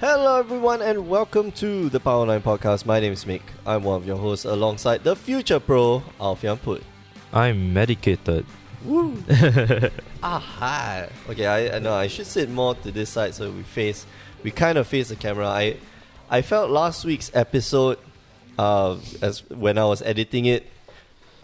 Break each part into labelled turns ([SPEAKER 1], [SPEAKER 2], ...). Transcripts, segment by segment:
[SPEAKER 1] Hello, everyone, and welcome to the Power 9 podcast. My name is Mick. I'm one of your hosts alongside the future pro, Alfian Put.
[SPEAKER 2] I'm medicated.
[SPEAKER 1] Woo! Aha! Okay, I, I know I should sit more to this side so we face, we kind of face the camera. I, I felt last week's episode, uh, as when I was editing it,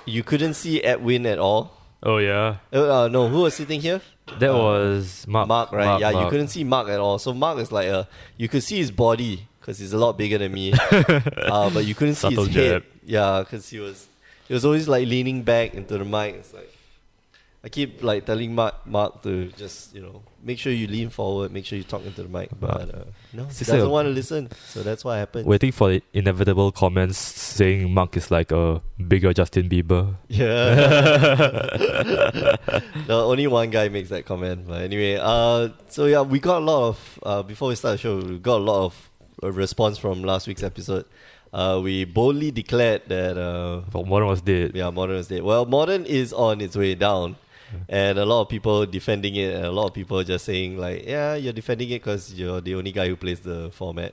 [SPEAKER 1] you couldn't see Edwin at all.
[SPEAKER 2] Oh yeah, Uh,
[SPEAKER 1] Uh, uh, no, who was sitting here?
[SPEAKER 2] that was Mark.
[SPEAKER 1] Mark, right? yeah, you
[SPEAKER 2] Mark.
[SPEAKER 1] couldn't see Mark at all. So Mark is like a, you could see his body because he's a lot bigger than me, uh, but you couldn't see
[SPEAKER 2] Subtle
[SPEAKER 1] his head.
[SPEAKER 2] jab.
[SPEAKER 1] Yeah, because he was, he was always like leaning back into the mic. It's like, I keep like telling Mark, Mark to just you know make sure you lean forward, make sure you talk into the mic, but uh, no, he
[SPEAKER 2] Sister-
[SPEAKER 1] doesn't want to listen. So that's what happened.
[SPEAKER 2] Waiting for the inevitable comments saying Mark is like a bigger Justin Bieber.
[SPEAKER 1] Yeah. no, only one guy makes that comment. But anyway, uh, so yeah, we got a lot of uh, before we start the show, we got a lot of uh, response from last week's episode. Uh, we boldly declared that uh,
[SPEAKER 2] But one was dead.
[SPEAKER 1] yeah, modern is dead. Well, modern is on its way down, and a lot of people defending it, and a lot of people just saying like, yeah, you're defending it because you're the only guy who plays the format.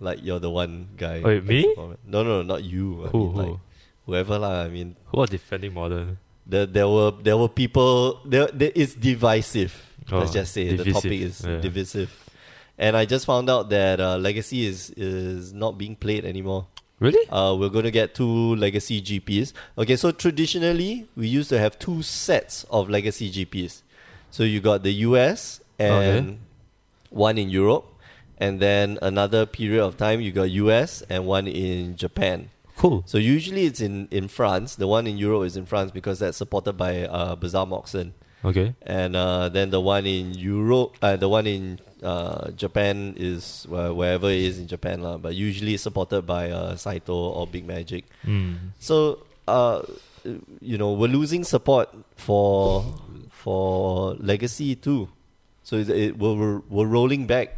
[SPEAKER 1] Like you're the one guy.
[SPEAKER 2] Wait,
[SPEAKER 1] who plays the
[SPEAKER 2] me?
[SPEAKER 1] format. No, no, not you. I
[SPEAKER 2] Who
[SPEAKER 1] mean,
[SPEAKER 2] who
[SPEAKER 1] like, whoever lah. I mean,
[SPEAKER 2] who was defending modern?
[SPEAKER 1] the, there were there were people there, there it's divisive. Let's
[SPEAKER 2] Oh,
[SPEAKER 1] just say the
[SPEAKER 2] divisive,
[SPEAKER 1] topic is
[SPEAKER 2] yeah.
[SPEAKER 1] divisive, and I just found out that uh, Legacy is is not being played anymore.
[SPEAKER 2] Really?
[SPEAKER 1] Uh, we're going to get two Legacy GPs. Okay, so traditionally we used to have two sets of Legacy GPs. So you got the US and
[SPEAKER 2] Okay.
[SPEAKER 1] one in Europe, and then another period of time you got US and one in Japan.
[SPEAKER 2] Cool.
[SPEAKER 1] So usually it's in, in France. The one in Euro is in France because that's supported by uh, Bazaar Moxon.
[SPEAKER 2] Okay.
[SPEAKER 1] And uh, then the one in Europe, uh, the one in uh, Japan is uh, wherever it is in Japan, lah. but usually it's supported by uh, Saito or Big Magic.
[SPEAKER 2] Mm.
[SPEAKER 1] So, uh, you know, we're losing support for for Legacy too. So it, it, we're, we're, we're rolling back.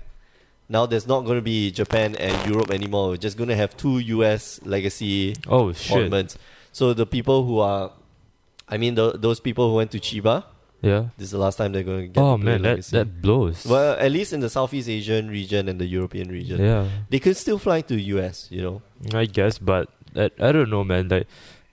[SPEAKER 1] Now there's not going to be Japan and Europe anymore. We're just going to have two US Legacy
[SPEAKER 2] Oh shit.
[SPEAKER 1] tournaments. So the people who are, I mean, tho- those people who went to Chiba,
[SPEAKER 2] Yeah.
[SPEAKER 1] this is the last time they're going to get.
[SPEAKER 2] Oh
[SPEAKER 1] to play
[SPEAKER 2] man, that
[SPEAKER 1] Legacy.
[SPEAKER 2] that blows.
[SPEAKER 1] well, at least in the Southeast Asian region and the European region,
[SPEAKER 2] Yeah.
[SPEAKER 1] they could still fly to US. You know,
[SPEAKER 2] I guess, but I, I don't know, man. Like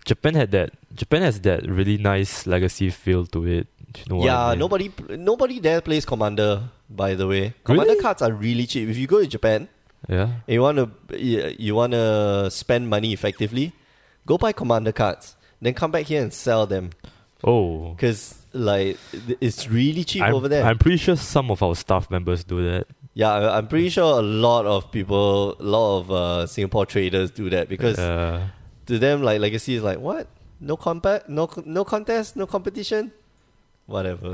[SPEAKER 2] Japan had that. Japan has that really nice legacy feel to it. You know what I
[SPEAKER 1] yeah.
[SPEAKER 2] mean?
[SPEAKER 1] Nobody, nobody there plays Commander. By the way, Commander
[SPEAKER 2] Really?
[SPEAKER 1] cards are really cheap. If you go to Japan
[SPEAKER 2] Yeah.
[SPEAKER 1] and you want to, you, you want to spend money effectively, go buy Commander cards. Then come back here and sell them
[SPEAKER 2] Oh.
[SPEAKER 1] because like th- it's really cheap
[SPEAKER 2] I'm,
[SPEAKER 1] over there.
[SPEAKER 2] I'm pretty sure some of our staff members do that.
[SPEAKER 1] Yeah, I- I'm
[SPEAKER 2] Mm.
[SPEAKER 1] pretty sure a lot of people, a lot of uh, Singapore traders do that because
[SPEAKER 2] Uh,
[SPEAKER 1] to them, like legacy is like what? No compa- no co- no contest, no competition, whatever.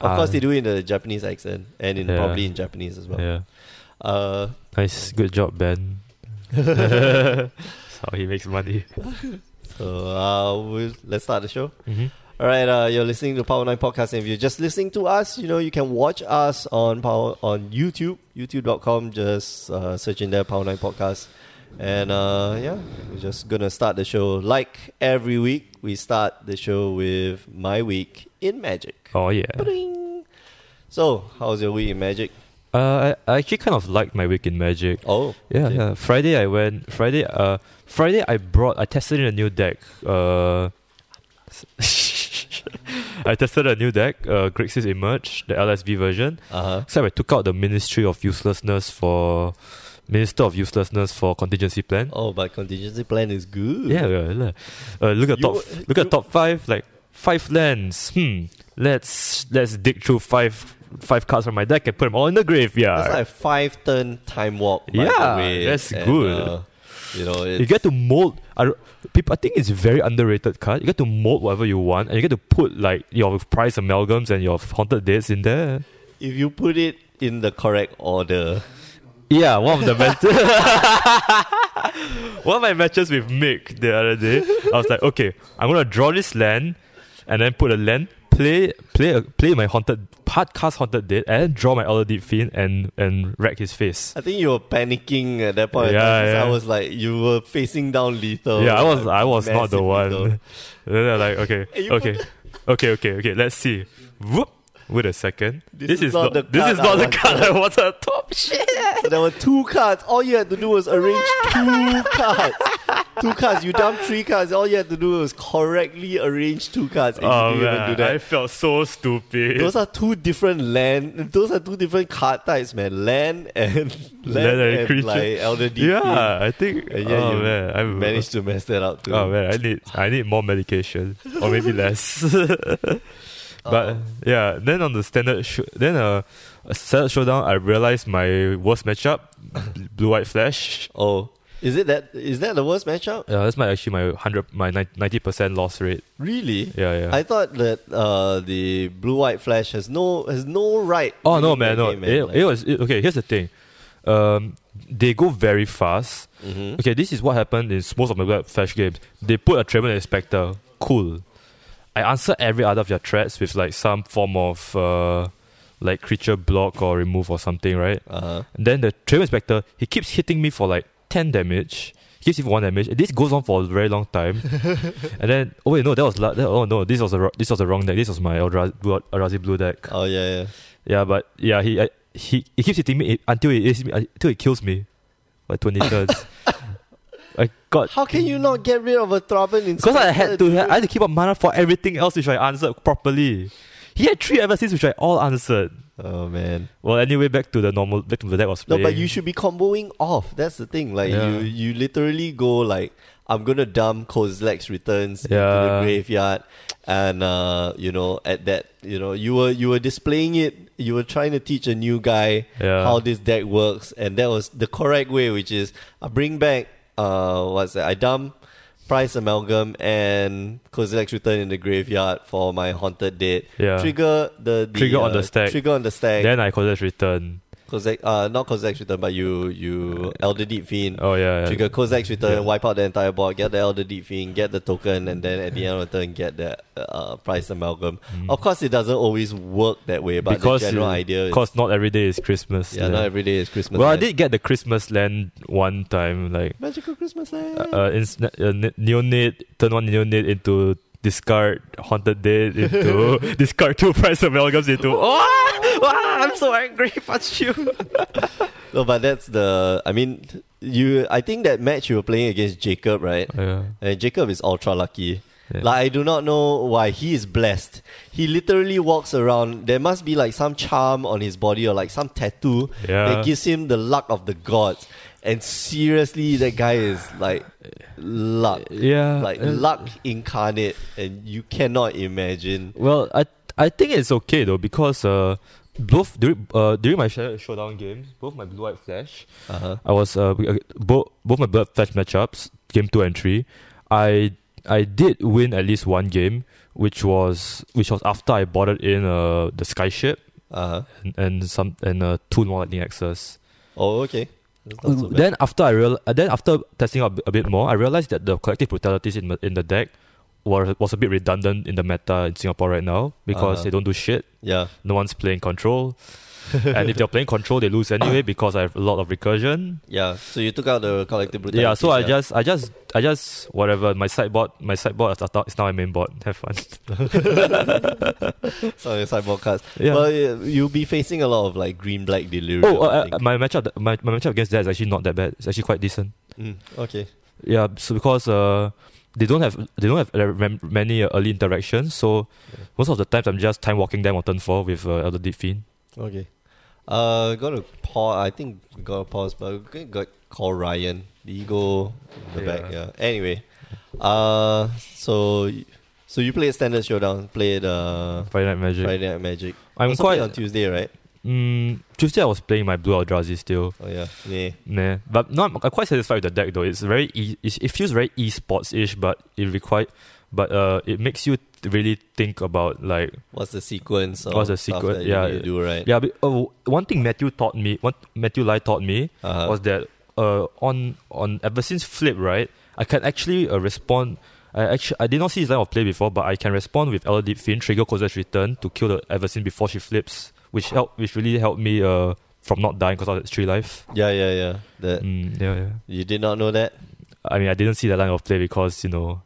[SPEAKER 1] Of
[SPEAKER 2] Ah.
[SPEAKER 1] course, they do it in the Japanese accent and in
[SPEAKER 2] Yeah.
[SPEAKER 1] probably in Japanese as well.
[SPEAKER 2] yeah.
[SPEAKER 1] Uh,
[SPEAKER 2] Nice. Good job, Ben. That's how he makes money.
[SPEAKER 1] so uh, we'll, let's start the show.
[SPEAKER 2] Mhm.
[SPEAKER 1] All right, uh, you're listening to Power Nine Podcast, and if you're just listening to us, you know you can watch us on Power on YouTube, YouTube.com. Just uh, search in there Power Nine Podcast, and uh, yeah, we're just gonna start the show like every week. We start the show with my week in magic.
[SPEAKER 2] Oh, yeah.
[SPEAKER 1] Ba-ding. So, how's your week in magic?
[SPEAKER 2] Uh, I, I actually kind of liked my week in Magic.
[SPEAKER 1] Oh,
[SPEAKER 2] Yeah,
[SPEAKER 1] okay.
[SPEAKER 2] yeah. Friday I went. Friday, uh, Friday I brought. I tested in a new deck. Uh, I tested a new deck. Uh, Grixis Emerge, the LSV version.
[SPEAKER 1] Uh huh.
[SPEAKER 2] Except I took out the Ministry of Uselessness for Minister of Uselessness for contingency plan.
[SPEAKER 1] Oh, but contingency plan is good.
[SPEAKER 2] Yeah, yeah, yeah. Uh, look at
[SPEAKER 1] You-
[SPEAKER 2] top. Look
[SPEAKER 1] you-
[SPEAKER 2] at top five. Like five lands. Hmm. Let's let's dig through five five cards from my deck and put them all in the graveyard.
[SPEAKER 1] That's like five turn time warp. by
[SPEAKER 2] Yeah,
[SPEAKER 1] the way, uh,
[SPEAKER 2] that's good.
[SPEAKER 1] you know, it's,
[SPEAKER 2] you get to mold. I, people, I think it's a very underrated card. You get to mold whatever you want, and you get to put like your prize amalgams and your haunted dates in there.
[SPEAKER 1] if you put it in the correct order.
[SPEAKER 2] Yeah, one of the matches. one of my matches with Mick the other day, I was like, okay, I'm gonna draw this land, and then put a land, play, play, play my haunted podcast haunted date, and then draw my elder deep fiend and and wreck his face.
[SPEAKER 1] I think you were panicking at that point. in
[SPEAKER 2] Yeah,
[SPEAKER 1] time, 'cause I
[SPEAKER 2] yeah.
[SPEAKER 1] was like, you were facing down lethal.
[SPEAKER 2] yeah, I was, I was not the
[SPEAKER 1] massive
[SPEAKER 2] one.
[SPEAKER 1] lethal.
[SPEAKER 2] then they're like, okay,
[SPEAKER 1] You put-
[SPEAKER 2] okay, okay, okay, okay, let's see. Whoop. Wait a second.
[SPEAKER 1] This is not the
[SPEAKER 2] this
[SPEAKER 1] card
[SPEAKER 2] is not
[SPEAKER 1] I
[SPEAKER 2] the card I want to top shit.
[SPEAKER 1] So there were two cards. All you had to do was arrange two cards. Two cards. You dumped three cards. All you had to do was correctly arrange two cards. And
[SPEAKER 2] Oh
[SPEAKER 1] you didn't even
[SPEAKER 2] man,
[SPEAKER 1] do that.
[SPEAKER 2] I felt so stupid.
[SPEAKER 1] Those are two different land. Those are two different card types, man. Land and land,
[SPEAKER 2] Land and
[SPEAKER 1] and,
[SPEAKER 2] creature.
[SPEAKER 1] like elder deep.
[SPEAKER 2] yeah, I think.
[SPEAKER 1] And Uh, yeah,
[SPEAKER 2] oh
[SPEAKER 1] you
[SPEAKER 2] man, I
[SPEAKER 1] managed to mess that up too.
[SPEAKER 2] Oh man, I need I need more medication or maybe less. but
[SPEAKER 1] Oh.
[SPEAKER 2] yeah, then on the standard sh- then uh standard showdown, I realized my worst matchup, blue white flash.
[SPEAKER 1] Oh, is it that? Is that the worst matchup?
[SPEAKER 2] Yeah, that's my actually my hundred my ninety percent loss rate.
[SPEAKER 1] Really?
[SPEAKER 2] Yeah, yeah.
[SPEAKER 1] I thought that uh, the blue white flash has no has no right.
[SPEAKER 2] oh
[SPEAKER 1] to
[SPEAKER 2] no,
[SPEAKER 1] win
[SPEAKER 2] man,
[SPEAKER 1] the
[SPEAKER 2] no.
[SPEAKER 1] game,
[SPEAKER 2] it,
[SPEAKER 1] Like-
[SPEAKER 2] it was it- okay. Here's the thing, um, they go very fast.
[SPEAKER 1] Mhm.
[SPEAKER 2] Okay, this is what happened in most of my Black Flash games. They put a Tremor Inspector. Cool. I answer every other of their threats with like some form of uh, like creature block or remove or something, right?
[SPEAKER 1] Uh-huh.
[SPEAKER 2] And then the Tremor Inspector, he keeps hitting me for like 10 damage. He gives me one damage. This goes on for a very long time. and then, oh wait, no, that was la- that, oh no, this was a ro- this was the wrong deck. This was my Eldrazi blue, Eldrazi blue deck.
[SPEAKER 1] Oh yeah, yeah.
[SPEAKER 2] Yeah, but yeah, he I, he he keeps hitting me until it hits me, until it kills me, like twenty thirds. I got
[SPEAKER 1] How can you not get rid of a Thraben in?
[SPEAKER 2] because I had to I had to keep up mana for everything else which I answered properly. He had three ever since which I all answered.
[SPEAKER 1] Oh man.
[SPEAKER 2] Well, anyway, back to the normal back to the deck I was
[SPEAKER 1] No,
[SPEAKER 2] playing.
[SPEAKER 1] but you should be comboing off. That's the thing. Like
[SPEAKER 2] Yeah.
[SPEAKER 1] you, you literally go like, I'm gonna dump Kozlex returns into the
[SPEAKER 2] Yeah.
[SPEAKER 1] graveyard, and uh, you know, at that, you know, you were you were displaying it. You were trying to teach a new guy
[SPEAKER 2] Yeah.
[SPEAKER 1] how this deck works, and that was the correct way, which is I bring back uh, what's that? I dump Price Amalgam and Kozlex return in the graveyard for my haunted dead.
[SPEAKER 2] Yeah.
[SPEAKER 1] Trigger the, the
[SPEAKER 2] Trigger on
[SPEAKER 1] uh,
[SPEAKER 2] the stack.
[SPEAKER 1] Trigger on the stack.
[SPEAKER 2] then I collect return.
[SPEAKER 1] Kozak, uh, not Kozak's return, but you you Elder Deep Fiend.
[SPEAKER 2] Oh yeah, yeah.
[SPEAKER 1] Trigger Kozak's return,
[SPEAKER 2] Yeah.
[SPEAKER 1] wipe out the entire board, get the Elder Deep Fiend, get the token, and then at the end of the turn, get the uh, Price Amalgam. Of course, it doesn't always work that way, but
[SPEAKER 2] Mm. because
[SPEAKER 1] the general
[SPEAKER 2] uh,
[SPEAKER 1] idea is.
[SPEAKER 2] because not every day is Christmas.
[SPEAKER 1] yeah, not every day is Christmas.
[SPEAKER 2] well, I
[SPEAKER 1] land.
[SPEAKER 2] did get the Christmas land one time, like.
[SPEAKER 1] Magical Christmas land.
[SPEAKER 2] uh, in, uh, ne- neonate turn one neonate into discard haunted dead into discard two price amalgams into oh, I'm so angry at you
[SPEAKER 1] no, but that's the. I mean, you. I think that match you were playing against Jacob, right?
[SPEAKER 2] yeah.
[SPEAKER 1] And Uh, Jacob is ultra lucky.
[SPEAKER 2] Yeah.
[SPEAKER 1] Like I do not know why he is blessed. He literally walks around. There must be like some charm on his body or like some tattoo
[SPEAKER 2] Yeah.
[SPEAKER 1] that gives him the luck of the gods. And seriously, that guy is like luck,
[SPEAKER 2] yeah
[SPEAKER 1] like
[SPEAKER 2] uh,
[SPEAKER 1] luck incarnate, and you cannot imagine.
[SPEAKER 2] well I I think it's okay though because uh both during, uh, during my shadow showdown games both my blue white flash
[SPEAKER 1] Uh-huh.
[SPEAKER 2] I was uh both both my blood flash matchups game two and three I I did win at least one game which was which was after I boarded in uh the sky ship
[SPEAKER 1] Uh-huh.
[SPEAKER 2] and, and some and uh, two more lightning access.
[SPEAKER 1] Oh, okay. That's not so bad.
[SPEAKER 2] Mm, then after I real, uh, then after testing out a bit more, I realized that the collective brutalities in in the deck were was a bit redundant in the meta in Singapore right now because
[SPEAKER 1] Uh-huh.
[SPEAKER 2] they don't do shit.
[SPEAKER 1] yeah.
[SPEAKER 2] No one's playing control, and if they're playing control, they lose anyway because I have a lot of recursion.
[SPEAKER 1] Yeah. So you took out the collective brutality.
[SPEAKER 2] yeah, so I just, I just, I just, whatever. My sideboard, my sideboard is now- is now my main board. Have fun.
[SPEAKER 1] sorry, sideboard cards.
[SPEAKER 2] Yeah.
[SPEAKER 1] Well, yeah, you'll be facing a lot of like green black delirium.
[SPEAKER 2] oh,
[SPEAKER 1] I
[SPEAKER 2] uh, uh,
[SPEAKER 1] think.
[SPEAKER 2] my matchup, my, my matchup against that is actually not that bad. It's actually quite decent.
[SPEAKER 1] Mm, okay.
[SPEAKER 2] Yeah, so because uh, they don't have they don't have uh, mem- many uh, early interactions, so
[SPEAKER 1] Yeah.
[SPEAKER 2] most of the times I'm just time walking them on turn four with uh, Elder Deep Fiend.
[SPEAKER 1] Okay. Uh, got to pause. I think we got to pause, but we could got call Ryan. Did he go in the
[SPEAKER 2] Yeah.
[SPEAKER 1] back? Yeah. Anyway, uh, so so you played standard showdown, played uh
[SPEAKER 2] Friday Night Magic.
[SPEAKER 1] Friday Night Magic.
[SPEAKER 2] I'm
[SPEAKER 1] Also
[SPEAKER 2] quite
[SPEAKER 1] played on Tuesday, right?
[SPEAKER 2] mm, Tuesday. I was playing my Blue Eldrazi still,
[SPEAKER 1] Oh yeah. Yeah.
[SPEAKER 2] nah. But no, I'm, I'm quite satisfied with the deck though. It's very e- it's, it feels very esports ish, but it require but uh it makes you really think about like
[SPEAKER 1] What's the sequence? Of
[SPEAKER 2] What's the
[SPEAKER 1] stuff
[SPEAKER 2] sequence?
[SPEAKER 1] That you
[SPEAKER 2] Yeah.
[SPEAKER 1] need to do right.
[SPEAKER 2] yeah. But, oh, one thing Matthew taught me, one Matthew Lai taught me
[SPEAKER 1] Uh-huh.
[SPEAKER 2] was that uh, on on ever since flip right, I can actually uh, respond. I actually I did not see his line of play before, but I can respond with Elder Deep Fiend, trigger Koza's return to kill the Everseen before she flips, which helped, which really helped me uh from not dying because I was at three life.
[SPEAKER 1] yeah. Yeah. Yeah. That
[SPEAKER 2] Mm, yeah, yeah.
[SPEAKER 1] you did not know that.
[SPEAKER 2] I mean, I didn't see that line of play because you know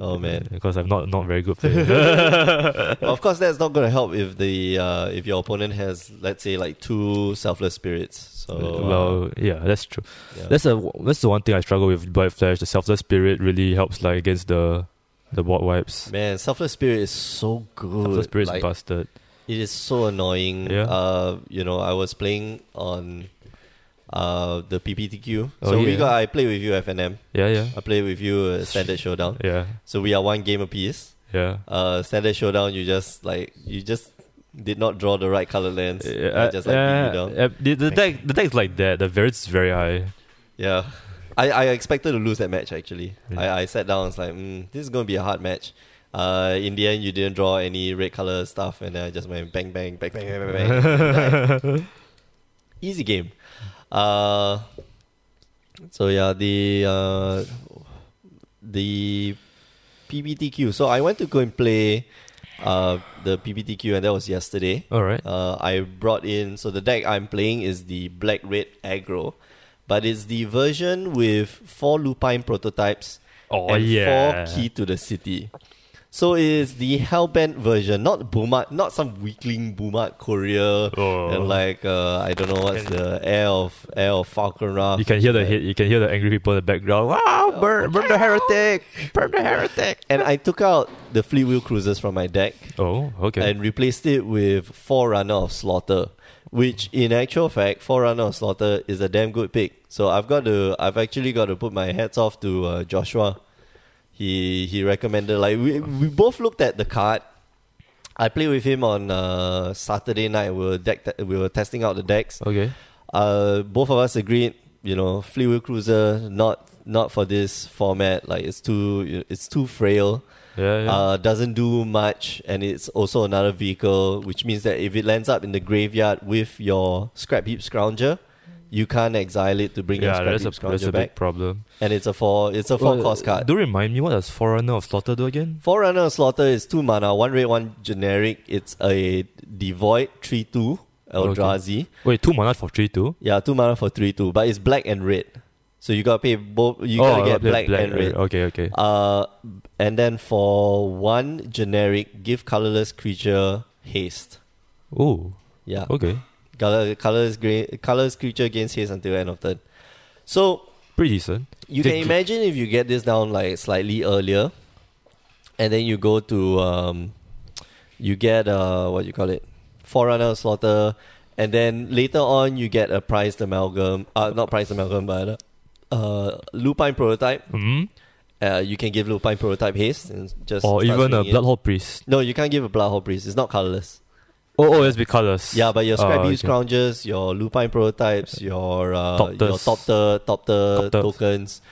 [SPEAKER 1] Oh, man.
[SPEAKER 2] because I'm not not very good Uh, player.
[SPEAKER 1] of course, that's not going to help if the uh, if your opponent has, let's say, like two selfless spirits. So uh,
[SPEAKER 2] well, yeah, that's true.
[SPEAKER 1] yeah.
[SPEAKER 2] That's a that's the one thing I struggle with. But Flash, the selfless spirit really helps like against the the bot wipes.
[SPEAKER 1] man, selfless spirit is so good.
[SPEAKER 2] Selfless spirit's
[SPEAKER 1] Like,
[SPEAKER 2] busted.
[SPEAKER 1] It is so annoying.
[SPEAKER 2] Yeah.
[SPEAKER 1] Uh, you know, I was playing on uh the PPTQ.
[SPEAKER 2] Oh,
[SPEAKER 1] so we
[SPEAKER 2] yeah.
[SPEAKER 1] got I play with you FNM.
[SPEAKER 2] Yeah, yeah,
[SPEAKER 1] I play with you uh, standard showdown.
[SPEAKER 2] yeah,
[SPEAKER 1] So we are one game apiece.
[SPEAKER 2] yeah.
[SPEAKER 1] Uh, standard showdown. You just like you just did not draw the right color lens. I just like beat you down.
[SPEAKER 2] uh, the, the deck the deck is like that. The variance is very high.
[SPEAKER 1] Yeah. I, I expected to lose that match actually.
[SPEAKER 2] Yeah.
[SPEAKER 1] I, I sat down and was like, mm, this is going to be a hard match. Uh, in the end, you didn't draw any red color stuff, and then I just went bang, bang, bang, bang, bang, bang. bang. Like, Easy game. Uh, so yeah, the uh, the PBTQ. So I went to go and play uh, the PBTQ, and that was yesterday.
[SPEAKER 2] All right.
[SPEAKER 1] Uh, I brought in so the deck I'm playing is the black red aggro, but it's the version with four lupine prototypes
[SPEAKER 2] Oh
[SPEAKER 1] and
[SPEAKER 2] yeah.
[SPEAKER 1] four key to the city. So it's the hellbent version, not Boomat, not some weakling Boomat courier
[SPEAKER 2] Oh.
[SPEAKER 1] and like uh, I don't know what's the air of air of Falconra.
[SPEAKER 2] You can hear the hit. You can hear the angry people in the background.
[SPEAKER 1] Oh,
[SPEAKER 2] Wow, burn, burn the heretic, burn the heretic.
[SPEAKER 1] And I took out the Fleet Wheel Cruisers from my deck.
[SPEAKER 2] Oh, okay.
[SPEAKER 1] and replaced it with Forerunner of Slaughter, which in actual fact, Forerunner of Slaughter is a damn good pick. So I've got to, I've actually got to put my hats off to uh, Joshua. He he recommended like we we both looked at the card. I played with him on uh, Saturday night. We were deck te- we were testing out the decks.
[SPEAKER 2] okay.
[SPEAKER 1] Uh, both of us agreed, you know, Fleet Wheel Cruiser not not for this format. Like it's too it's too frail
[SPEAKER 2] Yeah. yeah.
[SPEAKER 1] uh, doesn't do much, and it's also another vehicle, which means that if it lands up in the graveyard with your scrap heap scrounger, you can't exile it to bring
[SPEAKER 2] yeah,
[SPEAKER 1] your
[SPEAKER 2] that's a,
[SPEAKER 1] scrap heap
[SPEAKER 2] that's
[SPEAKER 1] scrounger
[SPEAKER 2] a
[SPEAKER 1] back.
[SPEAKER 2] big problem.
[SPEAKER 1] And it's a four, it's a four cost card.
[SPEAKER 2] Do remind me what does Forerunner of Slaughter do again?
[SPEAKER 1] Forerunner of Slaughter is two mana, one red, one generic. It's a devoid three two Eldrazi.
[SPEAKER 2] Wait, two mana for three two.
[SPEAKER 1] Yeah, two mana for three two, but it's black and red, so you gotta pay both. You
[SPEAKER 2] oh,
[SPEAKER 1] gotta
[SPEAKER 2] I
[SPEAKER 1] get
[SPEAKER 2] play
[SPEAKER 1] black, and red.
[SPEAKER 2] Okay, okay.
[SPEAKER 1] Uh, and then for one generic, give colorless creature haste.
[SPEAKER 2] oh,
[SPEAKER 1] Yeah.
[SPEAKER 2] okay.
[SPEAKER 1] Color, colors, gra- colors creature gains haste until end of turn. So
[SPEAKER 2] Pretty decent.
[SPEAKER 1] you
[SPEAKER 2] Did
[SPEAKER 1] can
[SPEAKER 2] you-
[SPEAKER 1] imagine if you get this down like slightly earlier, and then you go to um, you get uh what you call it, forerunner slaughter, and then later on you get a prized amalgam. Uh, not prized amalgam, but uh, uh lupine prototype.
[SPEAKER 2] Hmm.
[SPEAKER 1] Uh, you can give lupine prototype haste and just
[SPEAKER 2] Or
[SPEAKER 1] start
[SPEAKER 2] even a
[SPEAKER 1] swinging it.
[SPEAKER 2] Bloodhole Priest.
[SPEAKER 1] No, you can't give a bloodhole priest. It's not colorless.
[SPEAKER 2] Oh, oh, that's big colors. Oh,
[SPEAKER 1] Yeah, but your Scrappy
[SPEAKER 2] okay.
[SPEAKER 1] Scroungers, your Lupine prototypes, your uh,
[SPEAKER 2] Topters.
[SPEAKER 1] your Topter, Topter
[SPEAKER 2] Copters.
[SPEAKER 1] tokens,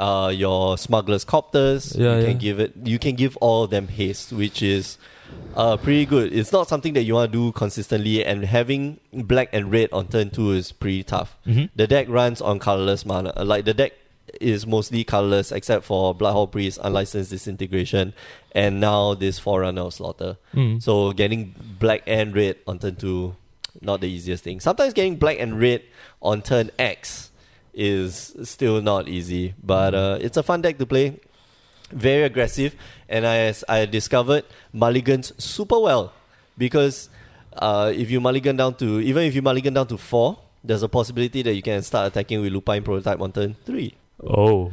[SPEAKER 1] uh, your Smugglers Copters.
[SPEAKER 2] Yeah,
[SPEAKER 1] you
[SPEAKER 2] yeah.
[SPEAKER 1] can give it. You can give all of them haste, which is uh, pretty good. It's not something that you want to do consistently, and having black and red on turn two is pretty tough.
[SPEAKER 2] Mhm.
[SPEAKER 1] The deck runs on colorless mana. Uh, Like the deck is mostly colorless except for Bloodhawk Priest, Unlicensed Disintegration, and now this Forerunner of Slaughter.
[SPEAKER 2] Mm.
[SPEAKER 1] So getting black and red on turn two, not the easiest thing. Sometimes getting black and red on turn X is still not easy, but uh, it's a fun deck to play. Very aggressive, and I as I discovered mulligans super well because uh, if you mulligan down to even if you mulligan down to four, there's a possibility that you can start attacking with Lupine Prototype on turn three.
[SPEAKER 2] Oh,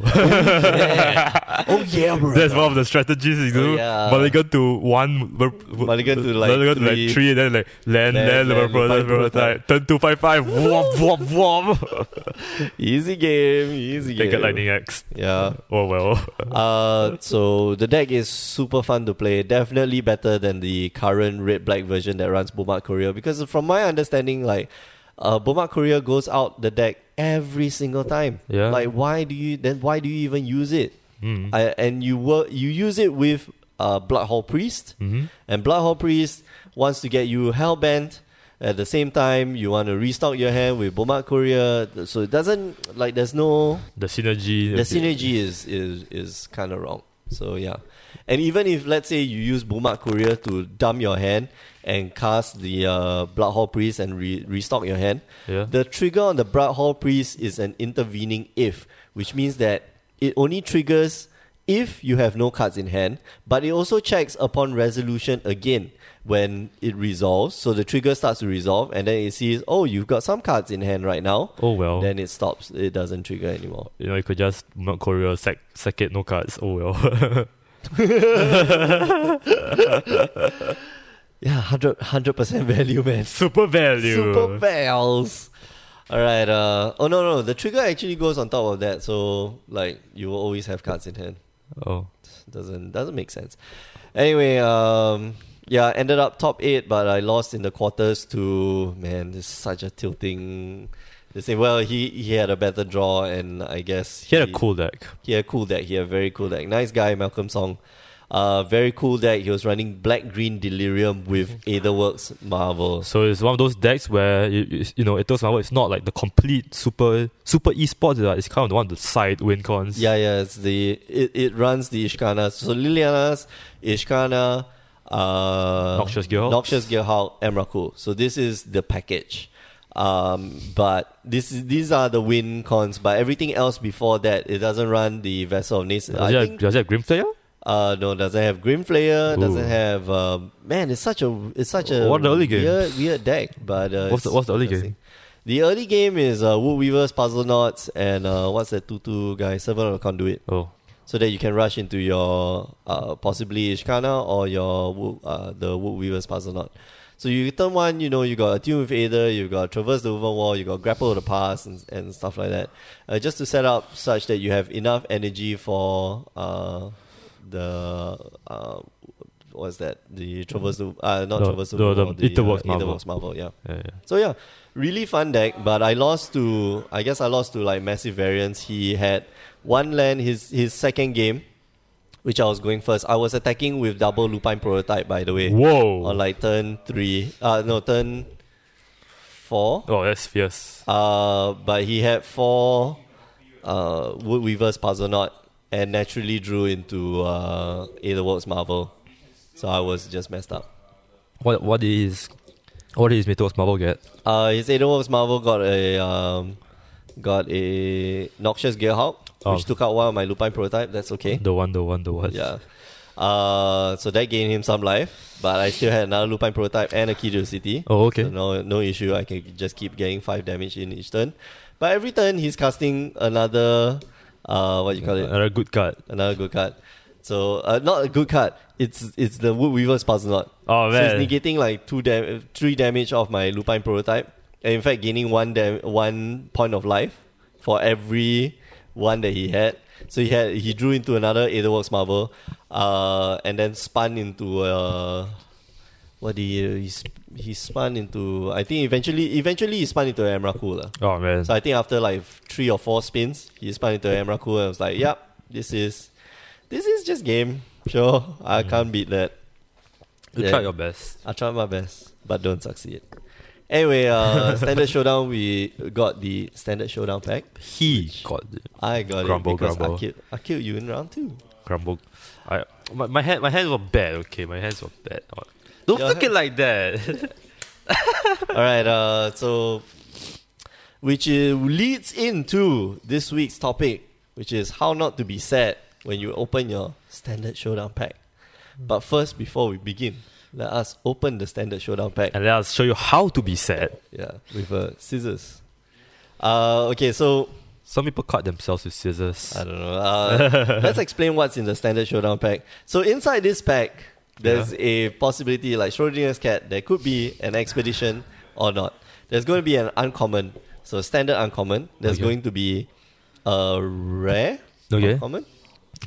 [SPEAKER 1] oh yeah, bro!
[SPEAKER 2] that's one of the strategies you do.
[SPEAKER 1] Oh, yeah.
[SPEAKER 2] Mulligan to one. bur- bur-
[SPEAKER 1] Mulligan to like
[SPEAKER 2] mulligan to
[SPEAKER 1] three.
[SPEAKER 2] like three, and then like land,
[SPEAKER 1] Land, land,
[SPEAKER 2] land, land,
[SPEAKER 1] five,
[SPEAKER 2] prototype, prototype. Turn two, five, five. Womp, womp, womp.
[SPEAKER 1] Easy game, easy
[SPEAKER 2] Take a
[SPEAKER 1] game.
[SPEAKER 2] lightning axe.
[SPEAKER 1] Yeah.
[SPEAKER 2] Oh well.
[SPEAKER 1] Uh, so the deck is super fun to play. Definitely better than the current red black version that runs Bomat Courier because from my understanding, like uh, Bomat Courier goes out the deck every single time.
[SPEAKER 2] Yeah.
[SPEAKER 1] Like why do you then why do you even use it?
[SPEAKER 2] Mm.
[SPEAKER 1] I, and you work you use it with uh, Bloodhall Priest,
[SPEAKER 2] Mhm.
[SPEAKER 1] and Bloodhall Priest wants to get you hellbent. At the same time, you want to restock your hand with Bomat Courier, so it doesn't like there's no
[SPEAKER 2] the synergy.
[SPEAKER 1] the synergy is is is kind of wrong. So yeah, and even if let's say you use Boomak Courier to dump your hand and cast the uh, Bloodhall Priest and re- restock your hand,
[SPEAKER 2] Yeah.
[SPEAKER 1] the trigger on the Bloodhall Priest is an intervening if, which means that it only triggers if you have no cards in hand, but it also checks upon resolution again when it resolves. So the trigger starts to resolve, and then it sees, oh, you've got some cards in hand right now.
[SPEAKER 2] Oh well.
[SPEAKER 1] Then it stops. It doesn't trigger anymore.
[SPEAKER 2] you know, you could just not Korea sec second no cards. Oh well.
[SPEAKER 1] Yeah, 100 percent value, man.
[SPEAKER 2] Super value.
[SPEAKER 1] Super bells. All right. Uh, oh no, no, the trigger actually goes on top of that, so like you will always have cards in hand.
[SPEAKER 2] Oh.
[SPEAKER 1] Doesn't doesn't make sense. Anyway, um, yeah, ended up top eight, but I lost in the quarters to man. This is such a tilting. They say, well, he he had a better draw, and I guess
[SPEAKER 2] He had a cool deck.
[SPEAKER 1] he had a cool deck. He had a very cool deck. Nice guy, Malcolm Song. Uh, very cool deck. He was running Black Green Delirium with
[SPEAKER 2] Mm-hmm.
[SPEAKER 1] Aetherworks Marvel.
[SPEAKER 2] So it's one of those decks where you, you- you know it does my work. It's not like the complete super super esports. uh, It's kind of the one of the side win cons.
[SPEAKER 1] Yeah, yeah, it's the it, it runs the Ishkanas. So Lilianas, Ishkana, uh,
[SPEAKER 2] Noxious Gearhulk.
[SPEAKER 1] Noxious Gearhulk, Emrakul. So this is the package. Um, but this is these are the win cons. But everything else before that, it doesn't run the Vessel of Nason.
[SPEAKER 2] Does, it
[SPEAKER 1] I
[SPEAKER 2] have,
[SPEAKER 1] think
[SPEAKER 2] does it have Grim Slayer?
[SPEAKER 1] uh, no, doesn't have Grim Flayer.
[SPEAKER 2] Ooh.
[SPEAKER 1] Doesn't have uh, man. It's such a it's such a
[SPEAKER 2] What are the early games?
[SPEAKER 1] weird, weird deck. But uh,
[SPEAKER 2] What's the-
[SPEAKER 1] it's
[SPEAKER 2] what's the early game?
[SPEAKER 1] interesting. The early game is uh, Wood Weavers, Puzzle Knots, and uh, what's that tutu guy? Servant of the Conduit
[SPEAKER 2] Oh,
[SPEAKER 1] so that you can rush into your uh, possibly Ishkana or your wo- uh, the Wood Weaver's Puzzle Knot. So you turn one, you know, you got a tune with Aether, you got Traverse the Woven Wall, you got Grapple the Pass, and, and stuff like that. Uh, just to set up such that you have enough energy for uh, the. Uh, what's that? The Traverse the. Uh, not
[SPEAKER 2] The-
[SPEAKER 1] Traverse the
[SPEAKER 2] the-
[SPEAKER 1] Woven
[SPEAKER 2] the
[SPEAKER 1] Wall,
[SPEAKER 2] Aetherworks
[SPEAKER 1] uh,
[SPEAKER 2] Marvel.
[SPEAKER 1] Aetherworks Marvel, yeah.
[SPEAKER 2] yeah, yeah.
[SPEAKER 1] So yeah, really fun deck, but I lost to I guess I lost to like massive variants. He had one land his his second game, which I was going first. I was attacking with double Lupine prototype by the way. On
[SPEAKER 2] Whoa!
[SPEAKER 1] eh. Oh, like turn three. Uh no turn four.
[SPEAKER 2] oh, that's fierce.
[SPEAKER 1] Uh but he had four uh Wood Weaver's puzzle knot and naturally drew into uh Aetherworks Marvel. So I was just messed up.
[SPEAKER 2] What what is what is Mythos Marvel get?
[SPEAKER 1] Uh, his Aetherworms Marvel got a um, got a Noxious Gearhawk,
[SPEAKER 2] Oh.
[SPEAKER 1] which took out one of my Lupine prototype. That's okay.
[SPEAKER 2] The one, the one, the one.
[SPEAKER 1] Yeah. Uh, so that gained him some life, but I still had another Lupine prototype and a Key to the City.
[SPEAKER 2] Oh, okay.
[SPEAKER 1] So no, no issue. I can just keep getting five damage in each turn. But every turn he's casting another, uh, what you call it?
[SPEAKER 2] Another good card.
[SPEAKER 1] Another good card. So uh, not a good card. It's it's the Wood Weaver's puzzle knot.
[SPEAKER 2] Oh
[SPEAKER 1] So it's
[SPEAKER 2] man.
[SPEAKER 1] negating like two dam- three damage of my Lupine prototype, and in fact gaining one dam- one point of life for every one that he had. So he had he drew into another Aetherworks Marvel, uh, and then spun into uh, what did he he, sp- he spun into? I think eventually eventually he spun into Emrakul. lah.
[SPEAKER 2] oh man.
[SPEAKER 1] So I think after like three or four spins, he spun into Emrakul and was like, "Yep, this is this is just game. Sure, I can't beat that."
[SPEAKER 2] Mm. you
[SPEAKER 1] Yeah.
[SPEAKER 2] try your best.
[SPEAKER 1] I tried my best, but don't succeed. Anyway, uh, standard showdown. We got the standard showdown pack.
[SPEAKER 2] He got the
[SPEAKER 1] I got
[SPEAKER 2] Grumble,
[SPEAKER 1] it because
[SPEAKER 2] grumble.
[SPEAKER 1] I killed I killed you in round two.
[SPEAKER 2] crumble. I my, my hand my hands were bad. Okay, my hands were bad. Oh, Don't
[SPEAKER 1] Your
[SPEAKER 2] look it
[SPEAKER 1] hand-
[SPEAKER 2] like that.
[SPEAKER 1] All right. Uh, so, which uh, leads into this week's topic, which is how not to be sad when you open your standard showdown pack. But first, before we begin, let us open the standard showdown pack.
[SPEAKER 2] and let us show you how to be sad.
[SPEAKER 1] Yeah, with uh, scissors. Uh, okay, so
[SPEAKER 2] Some people cut themselves with scissors.
[SPEAKER 1] I don't know. Uh, let's explain what's in the standard showdown pack. So inside this pack, there's a possibility, like Schrodinger's cat, there could be an expedition or not. There's going to be an uncommon, so standard uncommon. There's
[SPEAKER 2] Okay.
[SPEAKER 1] going to be a rare
[SPEAKER 2] Okay.
[SPEAKER 1] uncommon,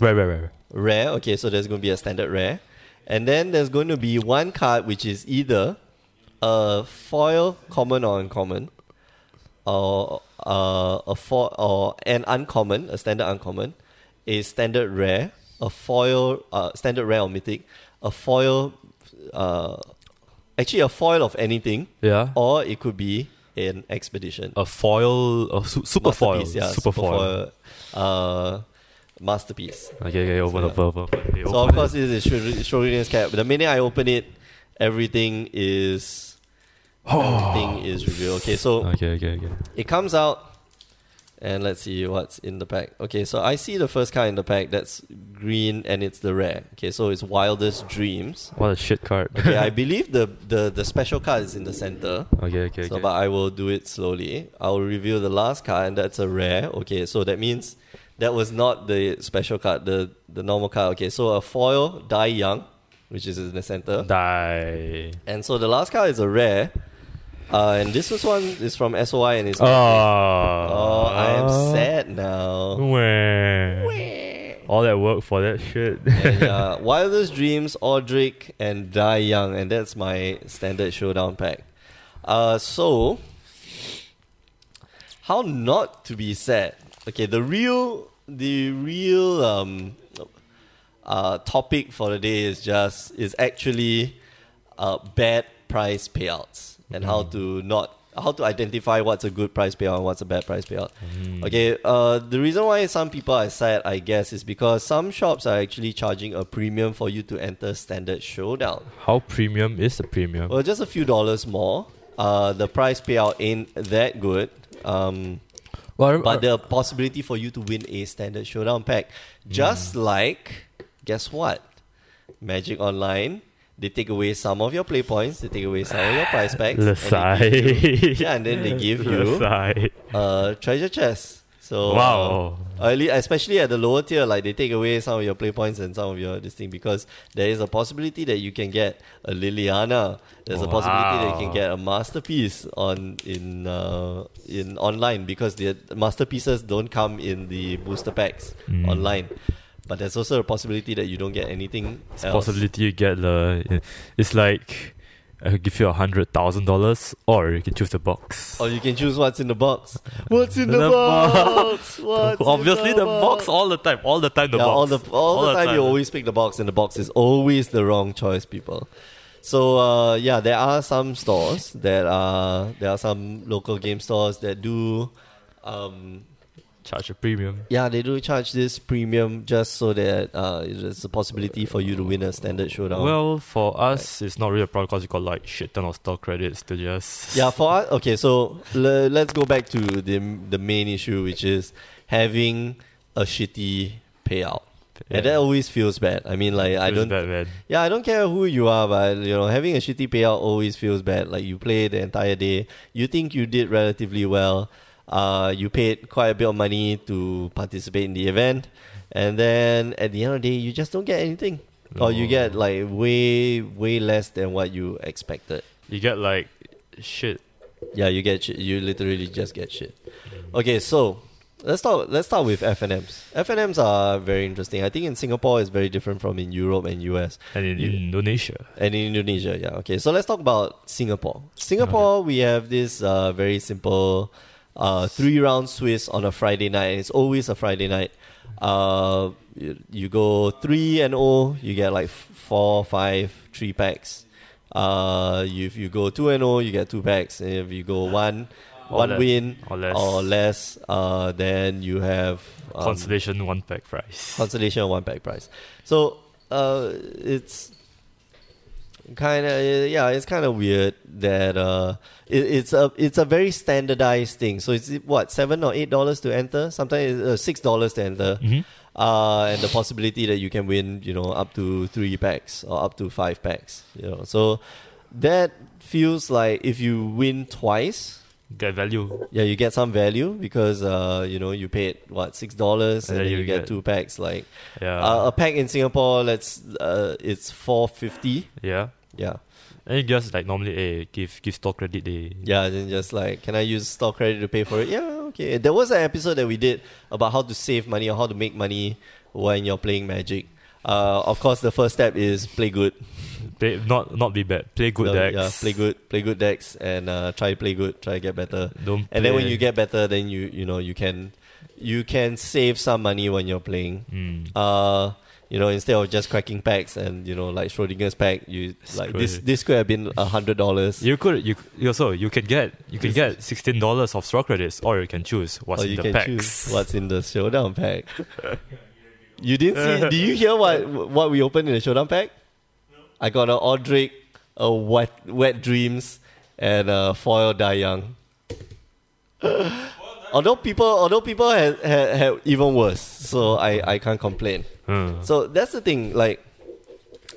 [SPEAKER 2] Right, right, right, right.
[SPEAKER 1] rare. Okay, so there's going to be a standard rare, and then there's going to be one card which is either a foil common or uncommon, or uh, a foil or an uncommon, a standard uncommon, a standard rare, a foil, uh, standard rare or mythic, a foil, uh, actually a foil of anything,
[SPEAKER 2] Yeah.
[SPEAKER 1] or it could be an expedition
[SPEAKER 2] a foil, a su- super foil,
[SPEAKER 1] Masterpiece, yeah,
[SPEAKER 2] super, foil.
[SPEAKER 1] foil, uh, masterpiece.
[SPEAKER 2] Okay, okay, open,
[SPEAKER 1] So,
[SPEAKER 2] open, open, open. Okay,
[SPEAKER 1] So
[SPEAKER 2] open
[SPEAKER 1] of
[SPEAKER 2] it.
[SPEAKER 1] course this is Shorin's cat. But the minute I open it, everything is everything is revealed. Okay, so
[SPEAKER 2] Oh, Okay, okay, okay.
[SPEAKER 1] it comes out And let's see what's in the pack. Okay, so I see the first card in the pack that's green and it's the rare. Okay, so it's Wildest Dreams.
[SPEAKER 2] What a shit card.
[SPEAKER 1] Okay, I believe the, the, the special card is in the center.
[SPEAKER 2] Okay, okay,
[SPEAKER 1] So,
[SPEAKER 2] okay.
[SPEAKER 1] but I will do it slowly. I'll reveal the last card, and that's a rare. Okay, so that means that was not the special card, the the normal card. Okay, so a foil die young, which is in the center,
[SPEAKER 2] Die.
[SPEAKER 1] and so the last card is a rare. Uh, and this was one is from SOI, and it's
[SPEAKER 2] Oh,
[SPEAKER 1] oh, I am
[SPEAKER 2] sad.
[SPEAKER 1] sad now.
[SPEAKER 2] All that work for that shit.
[SPEAKER 1] And, uh, Wildest Dreams, Audric, and Die Young, and that's my standard showdown pack. Uh, so, how not to be sad? Okay, the real, the real um, uh, topic for the day is just is actually uh, bad price payouts and how to not how to identify what's a good price payout and what's a bad price payout. Okay, uh, the reason why some people are sad, I guess, is because some shops are actually charging a premium for you to enter standard showdown.
[SPEAKER 2] How premium is the premium?
[SPEAKER 1] Well, just a few dollars more. Uh, the price payout ain't that good. Um,
[SPEAKER 2] Well, I rem-
[SPEAKER 1] but the possibility for you to win a standard showdown pack. Just like, guess what? Magic Online, they take away some of your play points, they take away some of your prize packs. and they give you-
[SPEAKER 2] Lesai.
[SPEAKER 1] yeah, and then they give you
[SPEAKER 2] Lesai.
[SPEAKER 1] uh, treasure chests. So
[SPEAKER 2] Wow.
[SPEAKER 1] um, early, especially at the lower tier, like they take away some of your play points and some of your this thing because there is a possibility that you can get a Liliana. There's a possibility that you can
[SPEAKER 2] Wow.
[SPEAKER 1] get a masterpiece on in uh, in online because the masterpieces don't come in the booster packs
[SPEAKER 2] Mm.
[SPEAKER 1] online. But there's also a possibility that you don't get anything else.
[SPEAKER 2] Possibility you get the. It's like I could give you a hundred thousand dollars, or you can choose the box.
[SPEAKER 1] Or you can choose what's in the box. What's in the,
[SPEAKER 2] The
[SPEAKER 1] box? What's in
[SPEAKER 2] Obviously, the box all the time, all the time the
[SPEAKER 1] yeah,
[SPEAKER 2] box,
[SPEAKER 1] all the all, the, time, you always pick the box, and the box is always the wrong choice, people. So uh, yeah, there are some stores that are there are some local game stores that do, um,
[SPEAKER 2] charge a premium.
[SPEAKER 1] yeah, they do charge this premium just so that uh, there's a possibility for you to win a standard showdown.
[SPEAKER 2] Well, for us, it's not really a problem because you got like shit ton of store credits to just
[SPEAKER 1] yeah, for us, okay, so le- let's go back to the the main issue, which is having a shitty payout, and that always feels bad. I mean, like I
[SPEAKER 2] Feels
[SPEAKER 1] don't
[SPEAKER 2] bad, man.
[SPEAKER 1] Yeah, I don't care who you are, but you know, having a shitty payout always feels bad. Like you play the entire day, you think you did relatively well. Uh, you paid quite a bit of money to participate in the event, and then at the end of the day, you just don't get anything, or you get like way, way less than what you expected.
[SPEAKER 2] You get like shit.
[SPEAKER 1] Yeah, you get shit. You literally just get shit. Okay, so let's start. Let's start with F and M's. F and M's are very interesting. I think in Singapore it's very different from in Europe and US.
[SPEAKER 2] And in
[SPEAKER 1] You-
[SPEAKER 2] Indonesia,
[SPEAKER 1] And in Indonesia, yeah. Okay, so let's talk about Singapore. Singapore, we have this uh, very simple uh, three round Swiss on a Friday night. It's always a Friday night. Uh, you, you go 3 and 0, you get like f- 4, 5, 3 packs. Uh, you- if you go 2 and 0, you get 2 packs. And if you go 1,
[SPEAKER 2] Or
[SPEAKER 1] 1
[SPEAKER 2] less.
[SPEAKER 1] win
[SPEAKER 2] Or less.
[SPEAKER 1] or less, uh, then you have. um,
[SPEAKER 2] consolation one pack price.
[SPEAKER 1] consolation one pack prize. So uh, it's kind of yeah, it's kind of weird that uh, it, it's a it's a very standardized thing. So it's what seven or eight dollars to enter. Sometimes it's, uh, six dollars to enter.
[SPEAKER 2] Mhm.
[SPEAKER 1] Uh, and the possibility that you can win, you know, up to three packs or up to five packs, you know. So that feels like if you win twice,
[SPEAKER 2] Get value.
[SPEAKER 1] yeah, you get some value because uh, you know you paid what six dollars and, then you, get, two packs. Like
[SPEAKER 2] Yeah.
[SPEAKER 1] uh, a pack in Singapore, let's uh, it's four fifty.
[SPEAKER 2] yeah.
[SPEAKER 1] Yeah,
[SPEAKER 2] And you just like normally, eh, give give store credit. They
[SPEAKER 1] yeah. Then just like, can I use store credit to pay for it? Yeah, okay. There was an episode that we did about how to save money or how to make money when you're playing Magic. Uh, of course, the first step is play good.
[SPEAKER 2] play not not be bad. Play good
[SPEAKER 1] No,
[SPEAKER 2] decks.
[SPEAKER 1] Yeah, play good, play good decks, and uh, try play good, try get better.
[SPEAKER 2] Don't.
[SPEAKER 1] And then when
[SPEAKER 2] play-
[SPEAKER 1] you get better, then you you know you can you can save some money when you're playing.
[SPEAKER 2] Mm.
[SPEAKER 1] Uh, you know, instead of just cracking packs and you know like Schrodinger's pack, you like this
[SPEAKER 2] Screw it.
[SPEAKER 1] this could have been a hundred dollars.
[SPEAKER 2] You could you you also you can get you can get sixteen dollars of store credits, or you can choose what's
[SPEAKER 1] Or
[SPEAKER 2] in
[SPEAKER 1] Oh, you
[SPEAKER 2] the
[SPEAKER 1] can
[SPEAKER 2] packs.
[SPEAKER 1] choose what's in the showdown pack. you didn't see? Do you hear what what we opened in the showdown pack? I got an Audric, a wet wet dreams, and a foil die young. although people, although people had, had, had even worse, so I, I can't complain.
[SPEAKER 2] Hmm.
[SPEAKER 1] So that's the thing. Like,